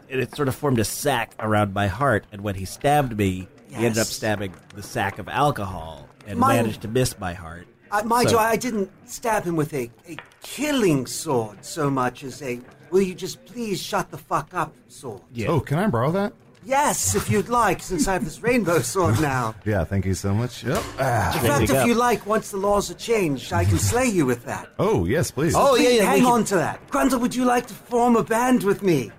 S7: it, it sort of formed a sack around my heart. And when he stabbed me, he ended up
S8: Yes.
S7: stabbing the sack of alcohol and
S8: Mine-
S7: managed to miss my heart.
S8: I, uh, mind
S7: So-
S8: you, I didn't stab him with a, a killing sword so much as a "Will you just please shut the fuck up?" sword.
S7: Yeah.
S5: Oh, can I borrow that?
S8: Yes, if you'd like, since I have this rainbow sword now.
S5: Yeah, thank you so much. Yep. Ah.
S8: In
S7: There
S8: fact,
S7: you
S8: if
S7: go.
S8: you like, once the laws are changed, I can slay you with that.
S5: Oh yes, please.
S7: Oh, yeah, yeah, we
S8: Hang
S7: can-
S8: on to that. Grundle, would you like to form a band with me?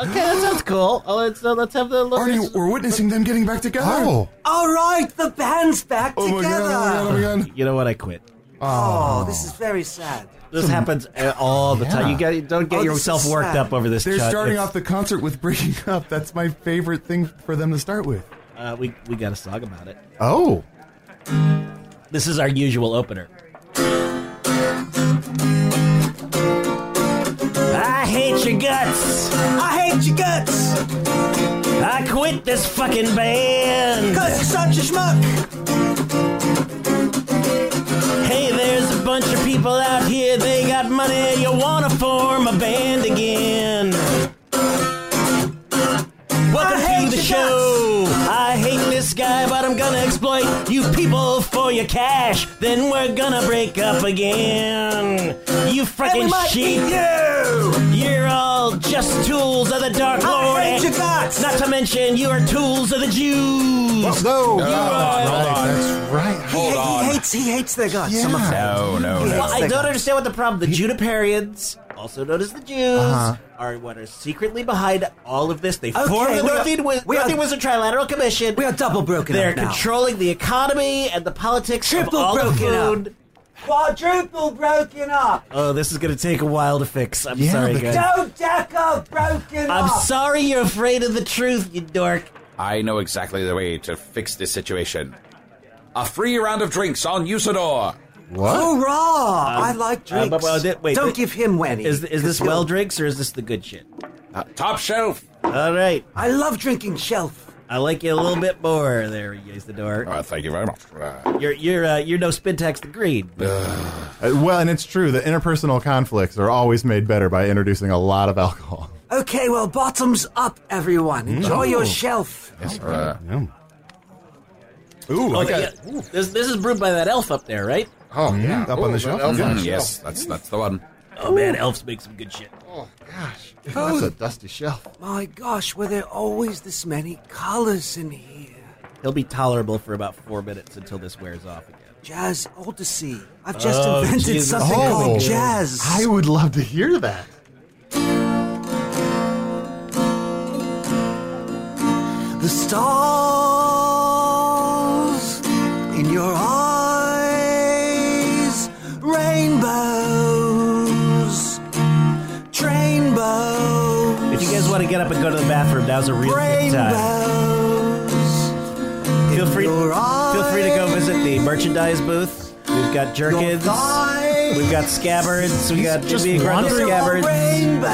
S7: Okay, that sounds cool. Oh, let's uh, let's have the
S5: Arnie, we're witnessing them getting back together. Oh,
S8: All right, the band's back
S5: my god!
S8: together.
S5: Oh my god! Oh my god!
S7: You know what? I quit.
S8: Oh, this is very sad.
S7: This happens uh, all the time. You
S4: Yeah.
S7: get don't get
S8: Oh, this
S7: yourself
S8: is
S7: worked
S8: sad.
S7: up over this.
S5: They're
S7: Chud.
S5: starting
S7: It's-
S5: off the concert with breaking up. That's my favorite thing for them to start with.
S7: Uh, we we got a song about it.
S4: Oh,
S7: This is our usual opener. I hate your guts.
S8: I hate your guts,
S7: I quit this fucking band.
S8: because you're such a schmuck.
S7: Hey, there's a bunch of people out here. They got money. You wanna form a band again?
S8: I
S7: Welcome
S8: hate
S7: to the
S8: your
S7: show. I hate this guy, but I'm gonna exploit you people for your cash. Then we're gonna break up again. You
S8: And we
S7: fucking
S8: might
S7: sheep.
S8: beat you.
S7: You're all just tools of the Dark
S8: I
S7: Lord.
S8: hate
S7: and-
S8: your guts.
S7: Not to mention, you are tools of the Jews.
S4: no,
S7: You are-
S4: Oh, that's right.
S8: He,
S6: Hold
S8: he
S6: on.
S8: hates. He hates their guts.
S4: Yeah.
S8: I'm afraid.
S6: No, no,
S8: He
S6: no.
S8: hates
S7: I
S8: their
S7: don't
S8: guts.
S7: understand what the problem. The Juniperians, also known as the Jews, are what are secretly behind all of this. They
S8: Uh-huh. Okay,
S7: formed the
S8: we are-
S7: Northern, Wiz-
S8: we are-
S7: Northern Wizard Trilateral Commission.
S8: We are double broken
S7: They're
S8: up now.
S7: controlling the economy and the politics
S8: Triple
S7: of all the
S8: broken up.
S7: food.
S8: Quadruple broken up.
S7: Oh, this is gonna take a while to fix. I'm
S4: Yeah,
S7: sorry,
S4: because-
S7: guys.
S8: Dodeca broken
S7: I'm
S8: up.
S7: sorry you're afraid of the truth, you dork.
S6: I know exactly the way to fix this situation. A free round of drinks on Usador.
S4: What?
S8: Hoorah! I like
S7: uh,
S8: drinks.
S7: but- well, th- wait,
S8: don't
S7: th-
S8: give him any.
S7: Is is this well drinks or is this the good shit?
S6: Uh, top shelf.
S7: All right,
S8: I love drinking shelf.
S7: I like you a little bit more. There, you guys, the door.
S6: Uh, thank you very much. Uh,
S7: You're you're uh, you're no Spintax the Green.
S4: Uh, well, and it's true. The interpersonal conflicts are always made better by introducing a lot of alcohol.
S8: Okay, well, bottoms up, everyone. Enjoy your shelf.
S6: Yes, uh,
S5: Ooh,
S9: Oh,
S5: I
S9: yeah.
S5: got
S9: This, this is brewed by that elf up there, right?
S6: Oh,
S5: yeah. Up on the
S6: that
S5: shelf.
S6: elf
S5: Yeah.
S6: on the Yes, that's that's the one.
S9: Oh, man, elves make some good shit.
S4: That's a dusty shelf.
S8: My gosh, were there always this many colors in here?
S9: He'll be tolerable for about four minutes until this wears off again.
S8: Jazz Odyssey. I've just
S9: Oh,
S8: invented
S9: Jesus.
S8: something
S9: Oh.
S8: called jazz.
S4: I would love to hear that.
S8: The stars in your eyes, rainbows, trainbows,
S9: If you guys want to get up and go to the bathroom, now's a real good time.
S8: rainbows.
S9: Feel free,
S8: your
S9: feel free to go visit the merchandise booth. We've got jerkins, we've got scabbards, we got
S4: just
S9: Jimmy Grundle
S4: wandering-
S9: scabbards.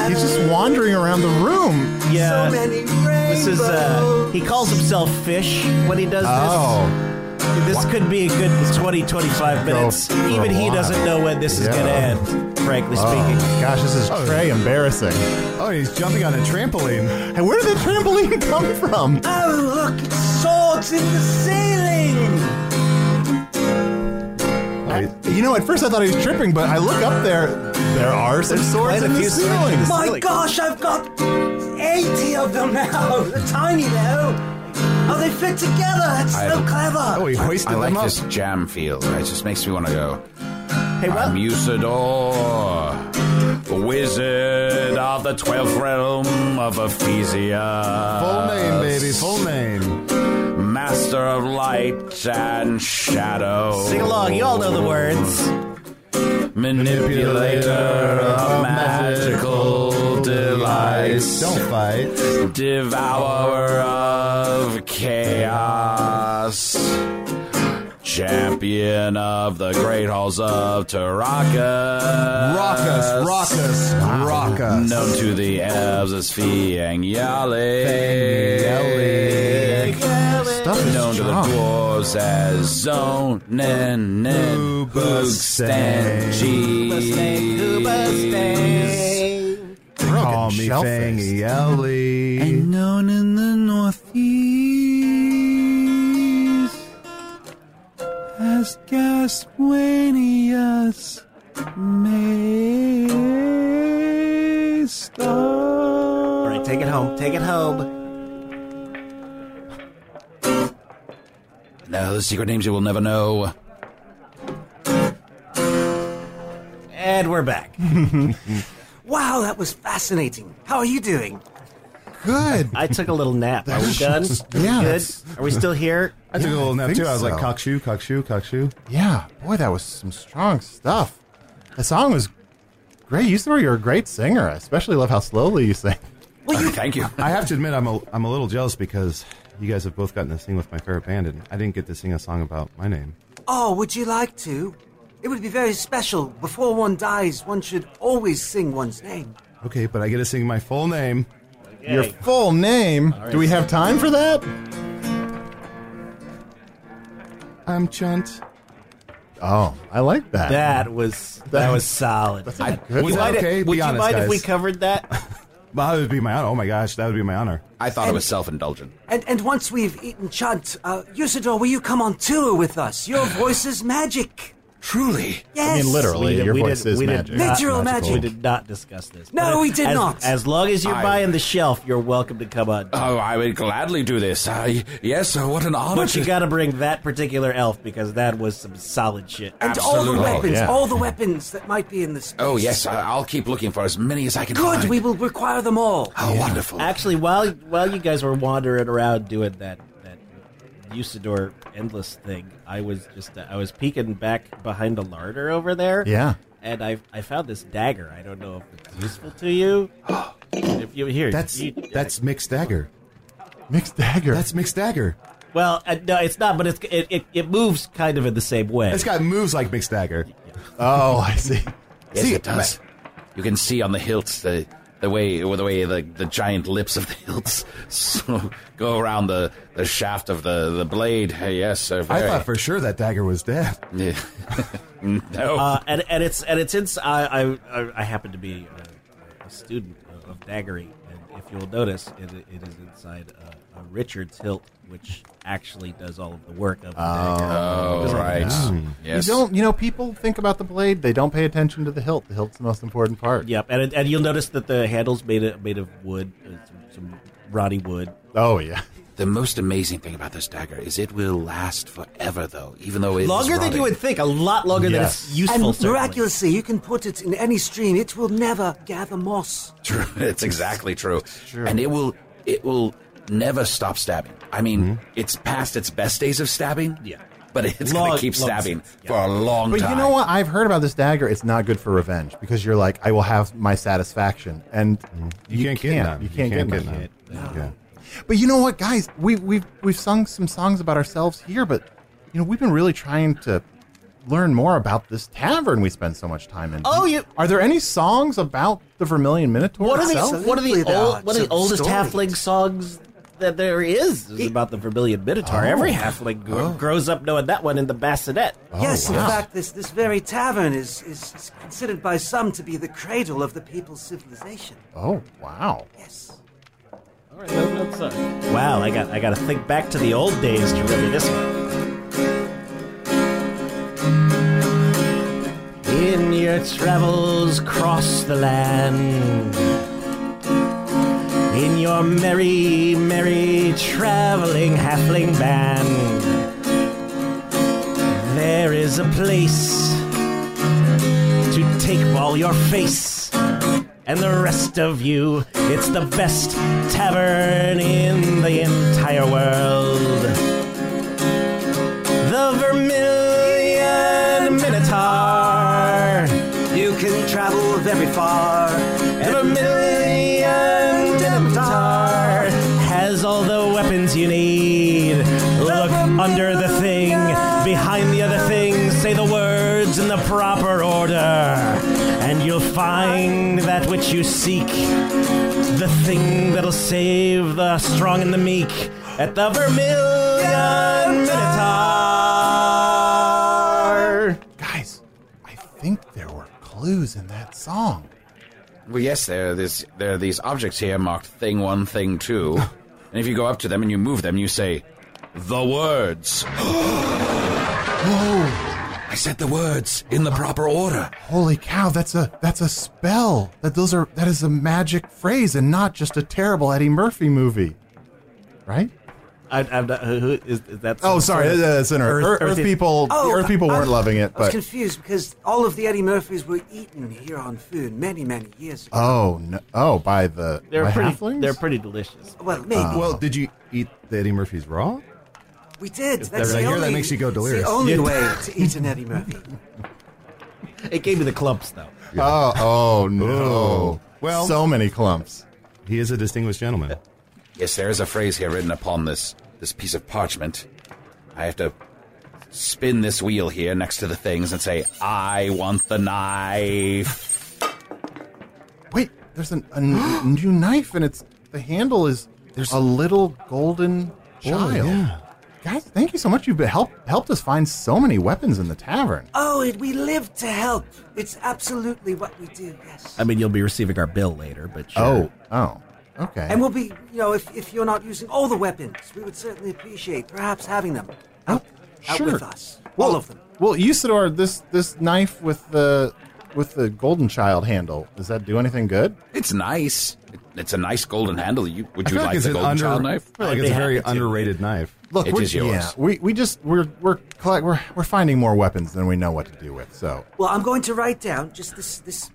S4: He's just wandering around the room.
S9: Yeah,
S8: so many rainbows.
S9: this is uh, he calls himself Fish when he does
S4: Oh,
S9: this. This could be a good 20, 25 minutes.
S4: for a
S9: Even he
S4: while.
S9: doesn't know when this is
S4: Yeah.
S9: going to end. Frankly speaking.
S4: gosh, this is Trey embarrassing.
S5: Oh, he's jumping on a trampoline.
S4: Hey, where did the trampoline come from?
S8: Oh, look, it's swords in the ceiling.
S4: You know, at first I thought he was tripping, but I look up there. There are some swords
S9: quite a
S4: in the
S9: few swords.
S4: ceiling.
S9: It's
S8: My
S9: really-
S8: gosh, I've got 80 of them now. They're tiny though. Oh, they fit together. It's so clever.
S5: Oh, he hoisted
S6: I like
S5: them up.
S6: this jam feel. It just makes me want to go.
S9: Hey, well,
S6: I'm Usador, wizard of the twelfth realm of Ephesia.
S5: Full
S4: Uh,
S5: name, baby. Full name.
S6: Master of light and shadow.
S9: sing along. You all know the words.
S6: Manipulator of magical delights.
S5: Don't fight.
S6: Devourer of chaos. Champion of the great halls of Tarakas.
S5: Rockus, rockus, rockus.
S6: Known to the elves as Fiang Yalik.
S4: Stuff is
S6: Known to the
S4: strong.
S6: dwarves as Zonanen Bugstanji.
S5: Call me Fang
S4: shellfish.
S5: Yelly.
S6: And known in the Northeast as Gaswanius
S9: All
S6: Maestar.
S9: right, take it home. Take it home.
S6: No, the secret names you will never know.
S9: And we're back.
S8: Wow, that was fascinating. How are you doing?
S4: Good.
S9: I took a little nap. Are we done?
S4: Yeah,
S9: Good?
S4: that's-
S9: Are we still here?
S5: I took a little nap
S4: think
S5: too. I was like,
S4: so.
S5: cockshoe, cockshoe, cockshoe.
S4: Yeah, boy, that was some strong stuff. The song was great. You said you're a great singer. I especially love how slowly you sing.
S6: Thank you.
S5: I have to admit, I'm a, I'm a little jealous because you guys have both gotten to sing with my favorite band, and I didn't get to sing a song about my name.
S8: Oh, would you like to? It would be very special. Before one dies, one should always sing one's name.
S5: Okay, but I get to sing my full name.
S4: Your full name. Do we have time for that?
S5: I'm Chunt.
S4: Oh, I like that.
S9: That was that was solid. I,
S4: good.
S9: would you mind,
S5: Okay,
S9: would
S5: be
S9: you
S5: honest,
S9: mind if
S5: guys.
S9: we covered that?
S5: Well, that would be my honor. Oh my gosh, that would be my honor.
S6: I thought it was self indulgent.
S8: And and once we've eaten chunt, uh, Usador, will you come on tour with us? Your voice is magic.
S6: Truly.
S8: Yes.
S4: literally,
S9: We did-
S4: your
S9: we
S4: voice
S9: did-
S4: is
S9: we did
S4: magic.
S9: not-
S8: Literal magic.
S9: we did not discuss this.
S8: No,
S9: But
S8: we did
S9: as-
S8: not.
S9: As long as you're
S6: I-
S9: buying the shelf, you're welcome to come on.
S6: Oh, I would gladly do this. I, yes, oh, what an honor.
S9: But you
S6: to-
S9: got to bring that particular elf because that was some solid shit.
S8: And all the
S6: Absolutely.
S8: weapons,
S4: yeah.
S8: all the weapons that might be in this. Space.
S6: oh, yes, I, I'll keep looking for as many as I can
S8: Good.
S6: find.
S8: We will require them all.
S6: How wonderful.
S9: Actually, while while you guys were wandering around doing that that Usador endless thing, I was just I was peeking back behind the larder over there.
S4: Yeah.
S9: and I I found this dagger. I don't know if it's useful to you. if you here,
S5: That's
S9: you-
S5: that's Mick Stagger.
S4: Mixed dagger.
S5: That's Mick Stagger.
S9: well, uh, no, it's not. But it's it, it, it moves kind of in the same way.
S5: It's got moves like Mick Stagger.
S4: oh, I see.
S6: Yes, it does. You can see on the hilts the the way or the way the, the giant lips of the hilts so go around the, the shaft of the, the blade. Hey, yes, uh,
S5: I
S6: very.
S5: thought for sure that dagger was dead.
S6: Yeah. no.
S9: uh, and and it's and it's ins I I I, I happen to be a, a student of, of daggering,
S7: if you'll notice, it, it is inside a, a Richard's hilt, which actually does all of the work of the dagger.
S6: Oh, right. Yes.
S4: You don't. You know, people think about the blade. They don't pay attention to the hilt. The hilt's the most important part.
S7: Yep, and it, and you'll notice that the handle's made of, made of wood, uh, some, some rotty wood.
S4: Oh yeah.
S6: The most amazing thing about this dagger is it will last forever, though, even though it's
S7: Longer than you would think, a lot longer than it's
S4: Yes.
S7: useful.
S8: and
S7: certainly.
S8: miraculously, you can put it in any stream. It will never gather moss.
S6: True. It's exactly true. And it will it will never stop stabbing. I mean,
S4: Hmm?
S6: it's past its best days of stabbing.
S7: Yeah.
S6: But it's
S7: Long-
S6: gonna keep
S7: long
S6: stabbing
S7: since,
S6: for a long
S4: But
S6: time.
S4: you know what? I've heard about this dagger. It's not good for revenge because you're like, I will have my satisfaction, and
S5: You, can't, get none.
S4: You can't, get, none.
S5: Yeah.
S4: But you know what, guys? We we've we've sung some songs about ourselves here, but you know we've been really trying to learn more about this tavern we spend so much time in.
S7: Oh, you-
S4: Are there any songs about the Vermilion Minotaur
S7: One of
S4: itself?
S7: the, one of the,
S8: Absolutely, there
S7: old,
S8: are
S7: one of the
S8: some
S7: oldest
S8: stories.
S7: halfling songs that there is is about the vermilion minotaur. Every halfling gr- grows up knowing that one in the bassinet.
S8: yes,
S4: Oh, wow.
S8: in fact, this, this very tavern is, is considered by some to be the cradle of the people's civilization.
S4: Oh wow!
S8: Yes.
S7: Wow, I got I got to think back to the old days to remember this one. In your travels cross the land, in your merry, merry traveling halfling band, there is a place to take all your face and the rest of you. It's the best tavern in the entire world. The Vermilion Minotaur.
S8: You can travel very far.
S7: The Vermilion Minotaur has all the weapons you need. Look under the thing, behind the other thing, say the words in the proper order, and you'll find that which you seek the thing that'll save the strong and the meek at the Vermilion Minotaur.
S4: Guys, I think there were clues in that song.
S6: Well, yes, there are, this, there are these objects here marked thing one, thing two. and if you go up to them and you move them, you say, the words. I said the words in the proper order.
S4: Holy cow! That's a that's a spell. That those are that is a magic phrase and not just a terrible Eddie Murphy movie, right?
S7: I, I'm not, who, who is, is that?
S4: Oh, sorry,
S7: some-
S4: that's in Earth. Earth, Earth people,
S8: Oh,
S4: Earth people weren't
S8: I-
S4: loving it,
S8: I was
S4: but
S8: confused because all of the Eddie Murphys were eaten here on food many, many years ago.
S4: oh no, oh by the
S7: They're
S4: by
S7: pretty.
S4: halflings?
S7: They're pretty delicious.
S8: well, maybe
S4: Uh,
S5: Well, did you eat the Eddie Murphy's raw?
S8: we did. That's
S5: I
S8: the
S5: hear
S8: only,
S5: that makes you go
S8: it's
S5: delirious.
S8: The only way to eat an Eddie Murphy.
S7: It gave me the clumps though.
S4: Oh, oh no!
S5: Oh. Well-
S4: so many clumps.
S5: He is a distinguished gentleman.
S6: Yes, there is a phrase here written upon this, this piece of parchment. I have to spin this wheel here next to the things and say, I want the knife.
S4: Wait, there's an, a n- new knife, and it's the handle is there's a little golden
S8: Oh,
S4: child.
S5: yeah.
S4: Guys, thank you so much. You've helped helped us find so many weapons in the tavern.
S8: oh, it, we live to help. It's absolutely what we do. Yes.
S7: I mean, you'll be receiving our bill later, but sure.
S4: Oh, oh, okay.
S8: and we'll be, you know, if, if you're not using all the weapons, we would certainly appreciate perhaps having them out, out
S4: Oh, sure.
S8: with us.
S4: Well-
S8: all of them.
S4: Well, Usador, this this knife with the with the golden child handle does that do anything good?
S6: It's nice. It- It's a nice golden handle. You, would
S5: I
S6: you
S5: feel
S6: like
S5: it's
S6: the
S5: an
S6: golden
S5: under-
S6: child knife?
S5: I feel like
S7: I'd
S5: it's a
S7: be
S5: very
S7: happy to.
S5: underrated knife.
S4: Look,
S6: It
S4: we're,
S6: is yours.
S4: Yeah, we we just we're we're collect, we're we're finding more weapons than we know what to do with. So
S8: Well, I'm going to write down just this this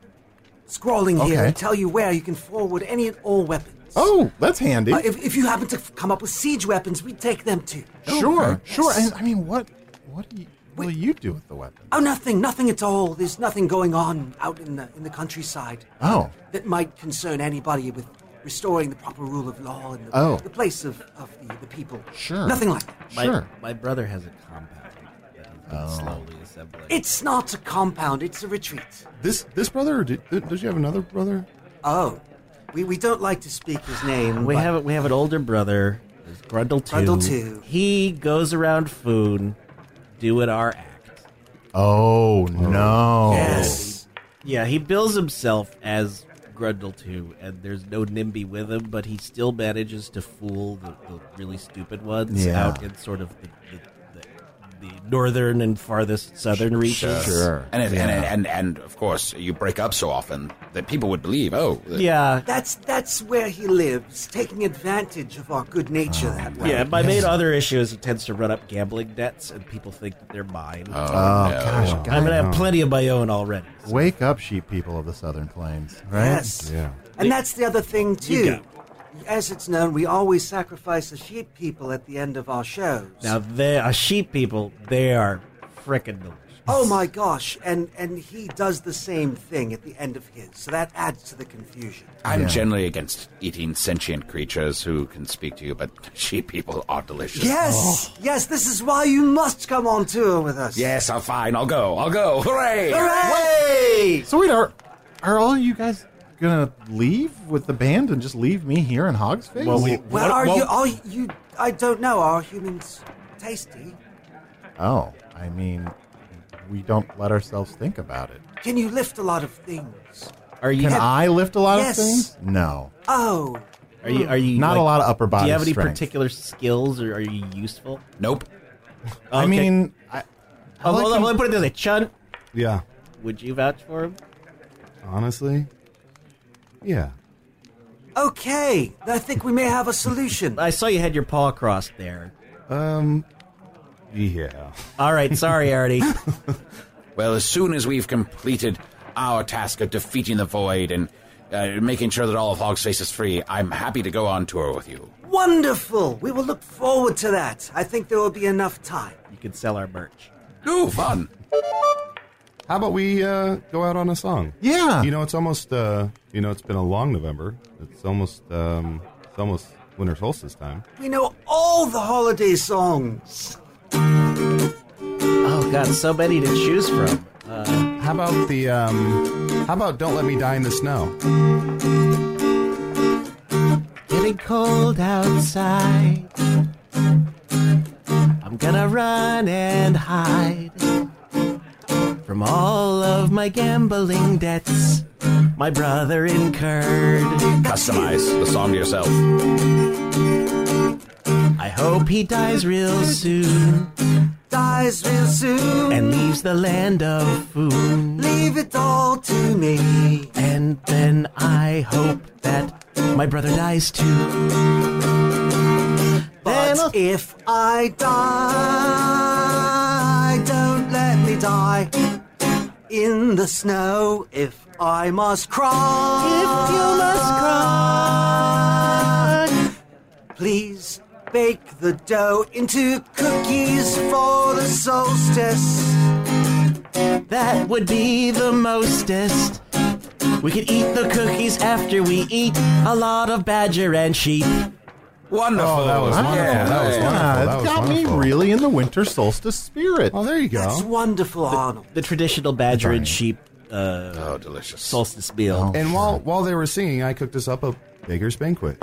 S8: scrawling here
S4: Okay.
S8: and tell you where you can forward any and all weapons.
S4: oh, that's handy.
S8: Uh, if, if you happen to f- come up with siege weapons, we take them too.
S4: sure,
S8: Okay.
S4: sure. And I mean, what what do you, what will you do with the weapon?
S8: Oh, nothing, nothing at all. There's nothing going on out in the in the countryside
S4: Oh,
S8: that might concern anybody with restoring the proper rule of law and the,
S4: Oh.
S8: the place of, of the, the people.
S4: Sure.
S8: Nothing like that.
S7: my,
S4: sure. Oh.
S7: My brother has a compound that he's been slowly assembling.
S8: It's not a compound, it's a retreat.
S5: This this brother, or did, did you have another brother?
S8: Oh. We, we don't like to speak his name.
S7: We
S8: but-
S7: have we have an older brother, who's Grundle two.
S8: Grundle two.
S7: He goes around food, doing our act.
S4: oh no.
S8: Yes.
S7: Oh. Yeah, he bills himself as Grundle too, and there's no NIMBY with him, but he still manages to fool the, the really stupid ones
S4: Yeah.
S7: out in sort of the, the, the, the northern and farthest southern reaches.
S6: And, if, and, and and of course, you break up so often that people would believe, oh, the-
S7: Yeah.
S8: That's that's where he lives, taking advantage of our good nature that way.
S7: Uh, Yeah, my main other issue is it tends to run up gambling debts, and people think that they're mine.
S6: oh,
S4: Oh,
S6: no.
S4: gosh. God,
S7: I'm going to
S4: no.
S7: have plenty of my own already.
S4: Wake up, sheep people of the Southern Plains, right?
S8: Yes.
S5: Yeah.
S8: And that's the other thing
S7: You
S8: too. As it's known, we always sacrifice the sheep people at the end of our shows.
S7: Now, they are sheep people. They are frickin' delicious.
S8: oh my gosh, and and he does the same thing at the end of his. So that adds to the confusion.
S6: I'm generally against eating sentient creatures who can speak to you, but sheep people are delicious.
S8: Yes. Yes, this is why you must come on tour with us.
S6: Yes, I'm fine. I'll go. I'll go. Hooray!
S8: Hooray!
S4: So wait, are are all you guys gonna leave with the band and just leave me here in Hogsface?
S7: Well, we-
S8: Well,
S7: What-
S8: are
S7: what-
S8: you? Are you? I don't know. Are humans tasty?
S4: oh, I mean, we don't let ourselves think about it.
S8: Can you lift a lot of things?
S7: Are you
S4: Can I lift a lot
S8: Yes.
S4: of things? No,
S8: Oh,
S7: Are you? Are you?
S4: not a
S7: like,
S4: lot of upper body.
S7: Do you have any
S4: strength.
S7: particular skills, or are you useful?
S6: Nope.
S4: I
S7: Okay.
S4: mean, I,
S7: Oh,
S4: like
S7: hold
S4: him-
S7: on, let me put it this way, Chun.
S5: Yeah.
S7: Would you vouch for him?
S5: Honestly. Yeah.
S8: okay. I think we may have a solution.
S7: I saw you had your paw crossed there.
S5: Um. Yeah.
S7: All right, sorry, Artie.
S6: Well, as soon as we've completed our task of defeating the void and uh, making sure that all of Hog's Face is free, I'm happy to go on tour with you.
S8: Wonderful. We will look forward to that. I think there will be enough time.
S7: you can sell our merch.
S6: Ooh, fun.
S5: How about we uh, go out on a song?
S4: Yeah.
S5: You know, it's almost. Uh, you know, it's been a long November. It's almost. Um, it's almost winter solstice time.
S8: We know all the holiday songs.
S7: Oh God, so many to choose from. Uh,
S5: How about the? Um, how about "Don't Let Me Die in the Snow"?
S7: getting cold outside. I'm gonna run and hide from all of my gambling debts. My brother incurred.
S6: Customize the song to yourself.
S7: I hope he dies real soon
S8: Dies real soon.
S7: and leaves the land of food.
S8: Leave it all to me.
S7: And then I hope that my brother dies too. Then I'll-
S8: But if I die, don't let me die in the snow. If I must cry,
S7: If you must
S8: cry, please bake the dough into cookies for the solstice.
S7: That would be the mostest. We could eat the cookies after we eat a lot of badger and sheep.
S6: Wonderful.
S5: Oh, that was
S4: Wow.
S5: wonderful. That was
S4: Yeah,
S5: wonderful.
S4: it's
S5: That was
S4: got
S5: wonderful.
S4: me really in the winter solstice spirit.
S5: Oh, there you go.
S8: That's wonderful, Arnold.
S7: The traditional badger and sheep uh,
S6: Oh, delicious. Oh.
S7: solstice meal.
S5: and while while they were singing, I cooked us up a baker's banquet.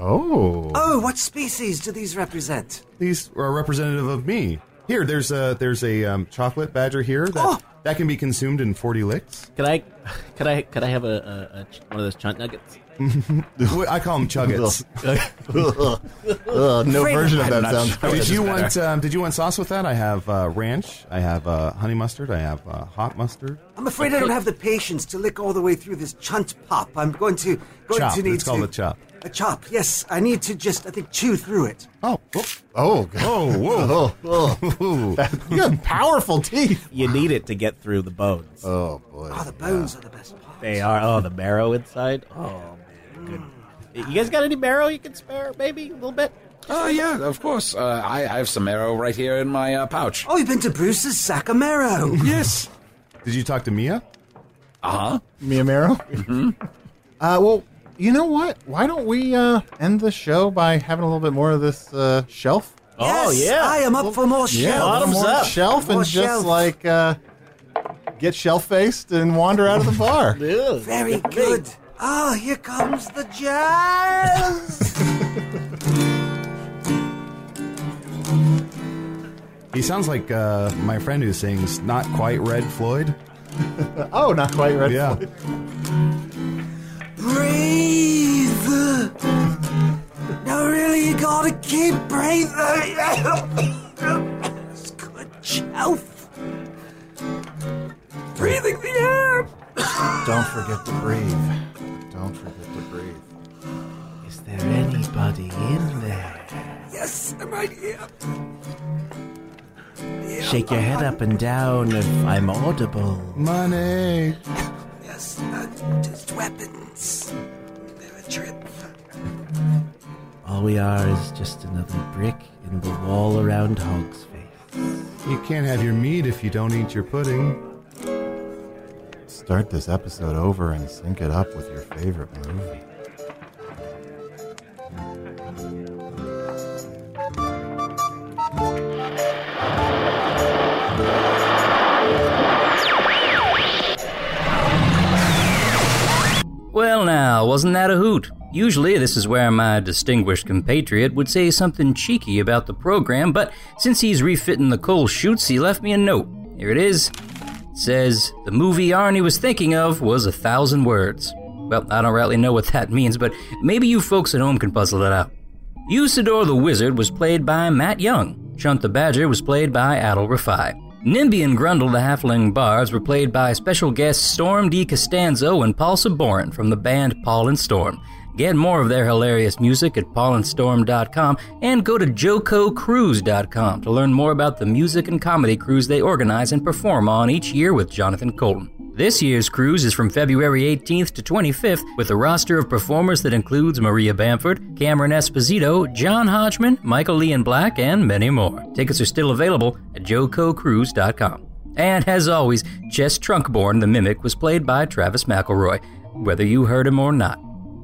S4: Oh,
S8: Oh, what species do these represent?
S5: These are representative of me. Here, there's a there's a um, chocolate badger here that
S8: Oh!
S5: that can be consumed in 40 licks.
S7: Could I, could I, could I have a, a, a ch- one of those chunt nuggets?
S5: Wh- I call them chuggets.
S4: Ugh, Uh, no
S8: Afraid
S4: version of
S6: I'm
S4: that
S6: not
S4: sounds.
S6: sure.
S5: did you
S6: Doesn't
S5: want
S6: matter.
S5: um, did you want sauce with that? I have uh, ranch. I have uh, honey mustard. I have uh, hot mustard.
S8: I'm afraid I don't have the patience to lick all the way through this chunt pop. I'm going to going
S5: Chop.
S8: to need
S5: It's called
S8: to
S5: a chop.
S8: A chop. Yes, I need to just I think chew through it.
S5: Oh,
S4: Oh,
S5: oh, whoa!
S4: oh, oh. you have powerful teeth.
S7: You need it to get through the bones.
S4: Oh boy.
S8: Oh, the bones are the best part.
S7: They are. Oh, the marrow inside. Oh man, good. You guys got any marrow you can spare? Maybe a little bit.
S6: Oh, yeah, of course. Uh, I, I have some marrow right here in my uh, pouch.
S8: Oh, you've been to Bruce's Sacamero.
S6: yes.
S5: Did you talk to Mia?
S6: Uh huh.
S4: Miyamaro?
S5: Mm-hmm.
S4: Uh, well, you know what? Why don't we uh, end the show by having a little bit more of this uh, shelf?
S8: Yes, I am up for more shows.
S4: a little more Shelf and
S8: More
S4: just
S8: shelf.
S4: like uh, get shelf faced and wander out of the bar.
S8: Very good. Ah, here comes the jazz.
S5: He sounds like uh, my friend who sings "Not Quite Red Floyd."
S4: oh, not quite ready.
S5: Yeah.
S8: gotta keep breathing. It's good shelf. Breathing the air.
S4: Don't forget to breathe. Don't forget to breathe.
S7: Is there anybody in there?
S8: Yes, I'm right here.
S7: Shake your head up and down if I'm audible.
S5: Money.
S8: Yes, uh, just weapons. They're a trip.
S7: All we are is just another brick in the wall around Hog's face.
S5: You can't have your meat if you don't eat your pudding.
S4: Start this episode over and sync it up with your favorite movie.
S3: Well, now, wasn't that a hoot? Usually, this is where my distinguished compatriot would say something cheeky about the program, but since he's refitting the coal chutes, he left me a note. Here it is. It says, The movie Arnie was thinking of was a thousand words. Well, I don't rightly know what that means, but maybe you folks at home can puzzle it out. Usador the Wizard was played by Matt Young. Chunt the Badger was played by Adol Rafai. Nimby and Grundle the Halfling Bards were played by special guests Storm D. Costanzo and Paul Saborin from the band Paul and Storm. Get more of their hilarious music at paulandstorm.com and go to jococruise.com to learn more about the music and comedy cruise they organize and perform on each year with Jonathan Colton. This year's cruise is from February 18th to 25th with a roster of performers that includes Maria Bamford, Cameron Esposito, John Hodgman, Michael Leon Black, and many more. Tickets are still available at jococruise.com. And as always, Jess Trunkborn, the mimic, was played by Travis McElroy, whether you heard him or not.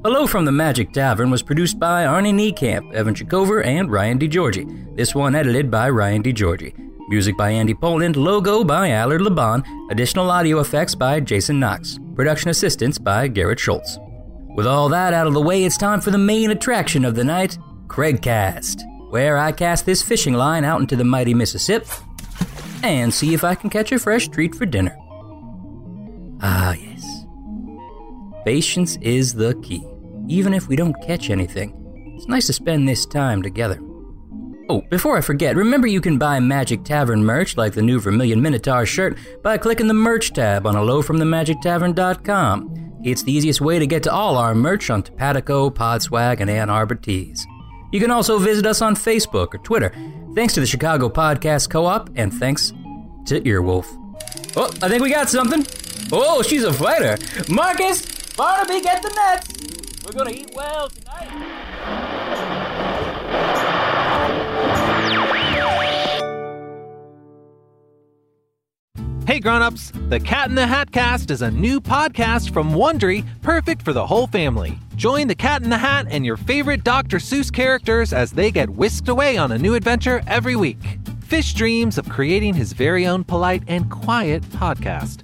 S3: Hello from the Magic Tavern was produced by Arnie Niekamp, Evan Chikover, and Ryan DiGiorgi. This one edited by Ryan DiGiorgi. Music by Andy Poland, logo by Allard Laban, additional audio effects by Jason Knox, production assistance by Garrett Schultz. With all that out of the way, it's time for the main attraction of the night, Craigcast, where I cast this fishing line out into the mighty Mississippi and see if I can catch a fresh treat for dinner. Ah, yes. Patience is the key, even if we don't catch anything. It's nice to spend this time together. Oh, before I forget, remember you can buy Magic Tavern merch like the new Vermilion Minotaur shirt by clicking the merch tab on hellofromthemagictavern.com. It's the easiest way to get to all our merch on Topatico, Podswag, and Ann Arbor Tees. You can also visit us on Facebook or Twitter. Thanks to the Chicago Podcast Co-op, and thanks to Earwolf. Oh, I think we got something. Oh, she's a fighter. Marcus, Barnaby, get the nets. We're gonna eat well tonight.
S11: Hey grown-ups, The Cat in the Hat Cast is a new podcast from Wondery, perfect for the whole family. Join The Cat in the Hat and your favorite Dr. Seuss characters as they get whisked away on a new adventure every week. Fish dreams of creating his very own polite and quiet podcast.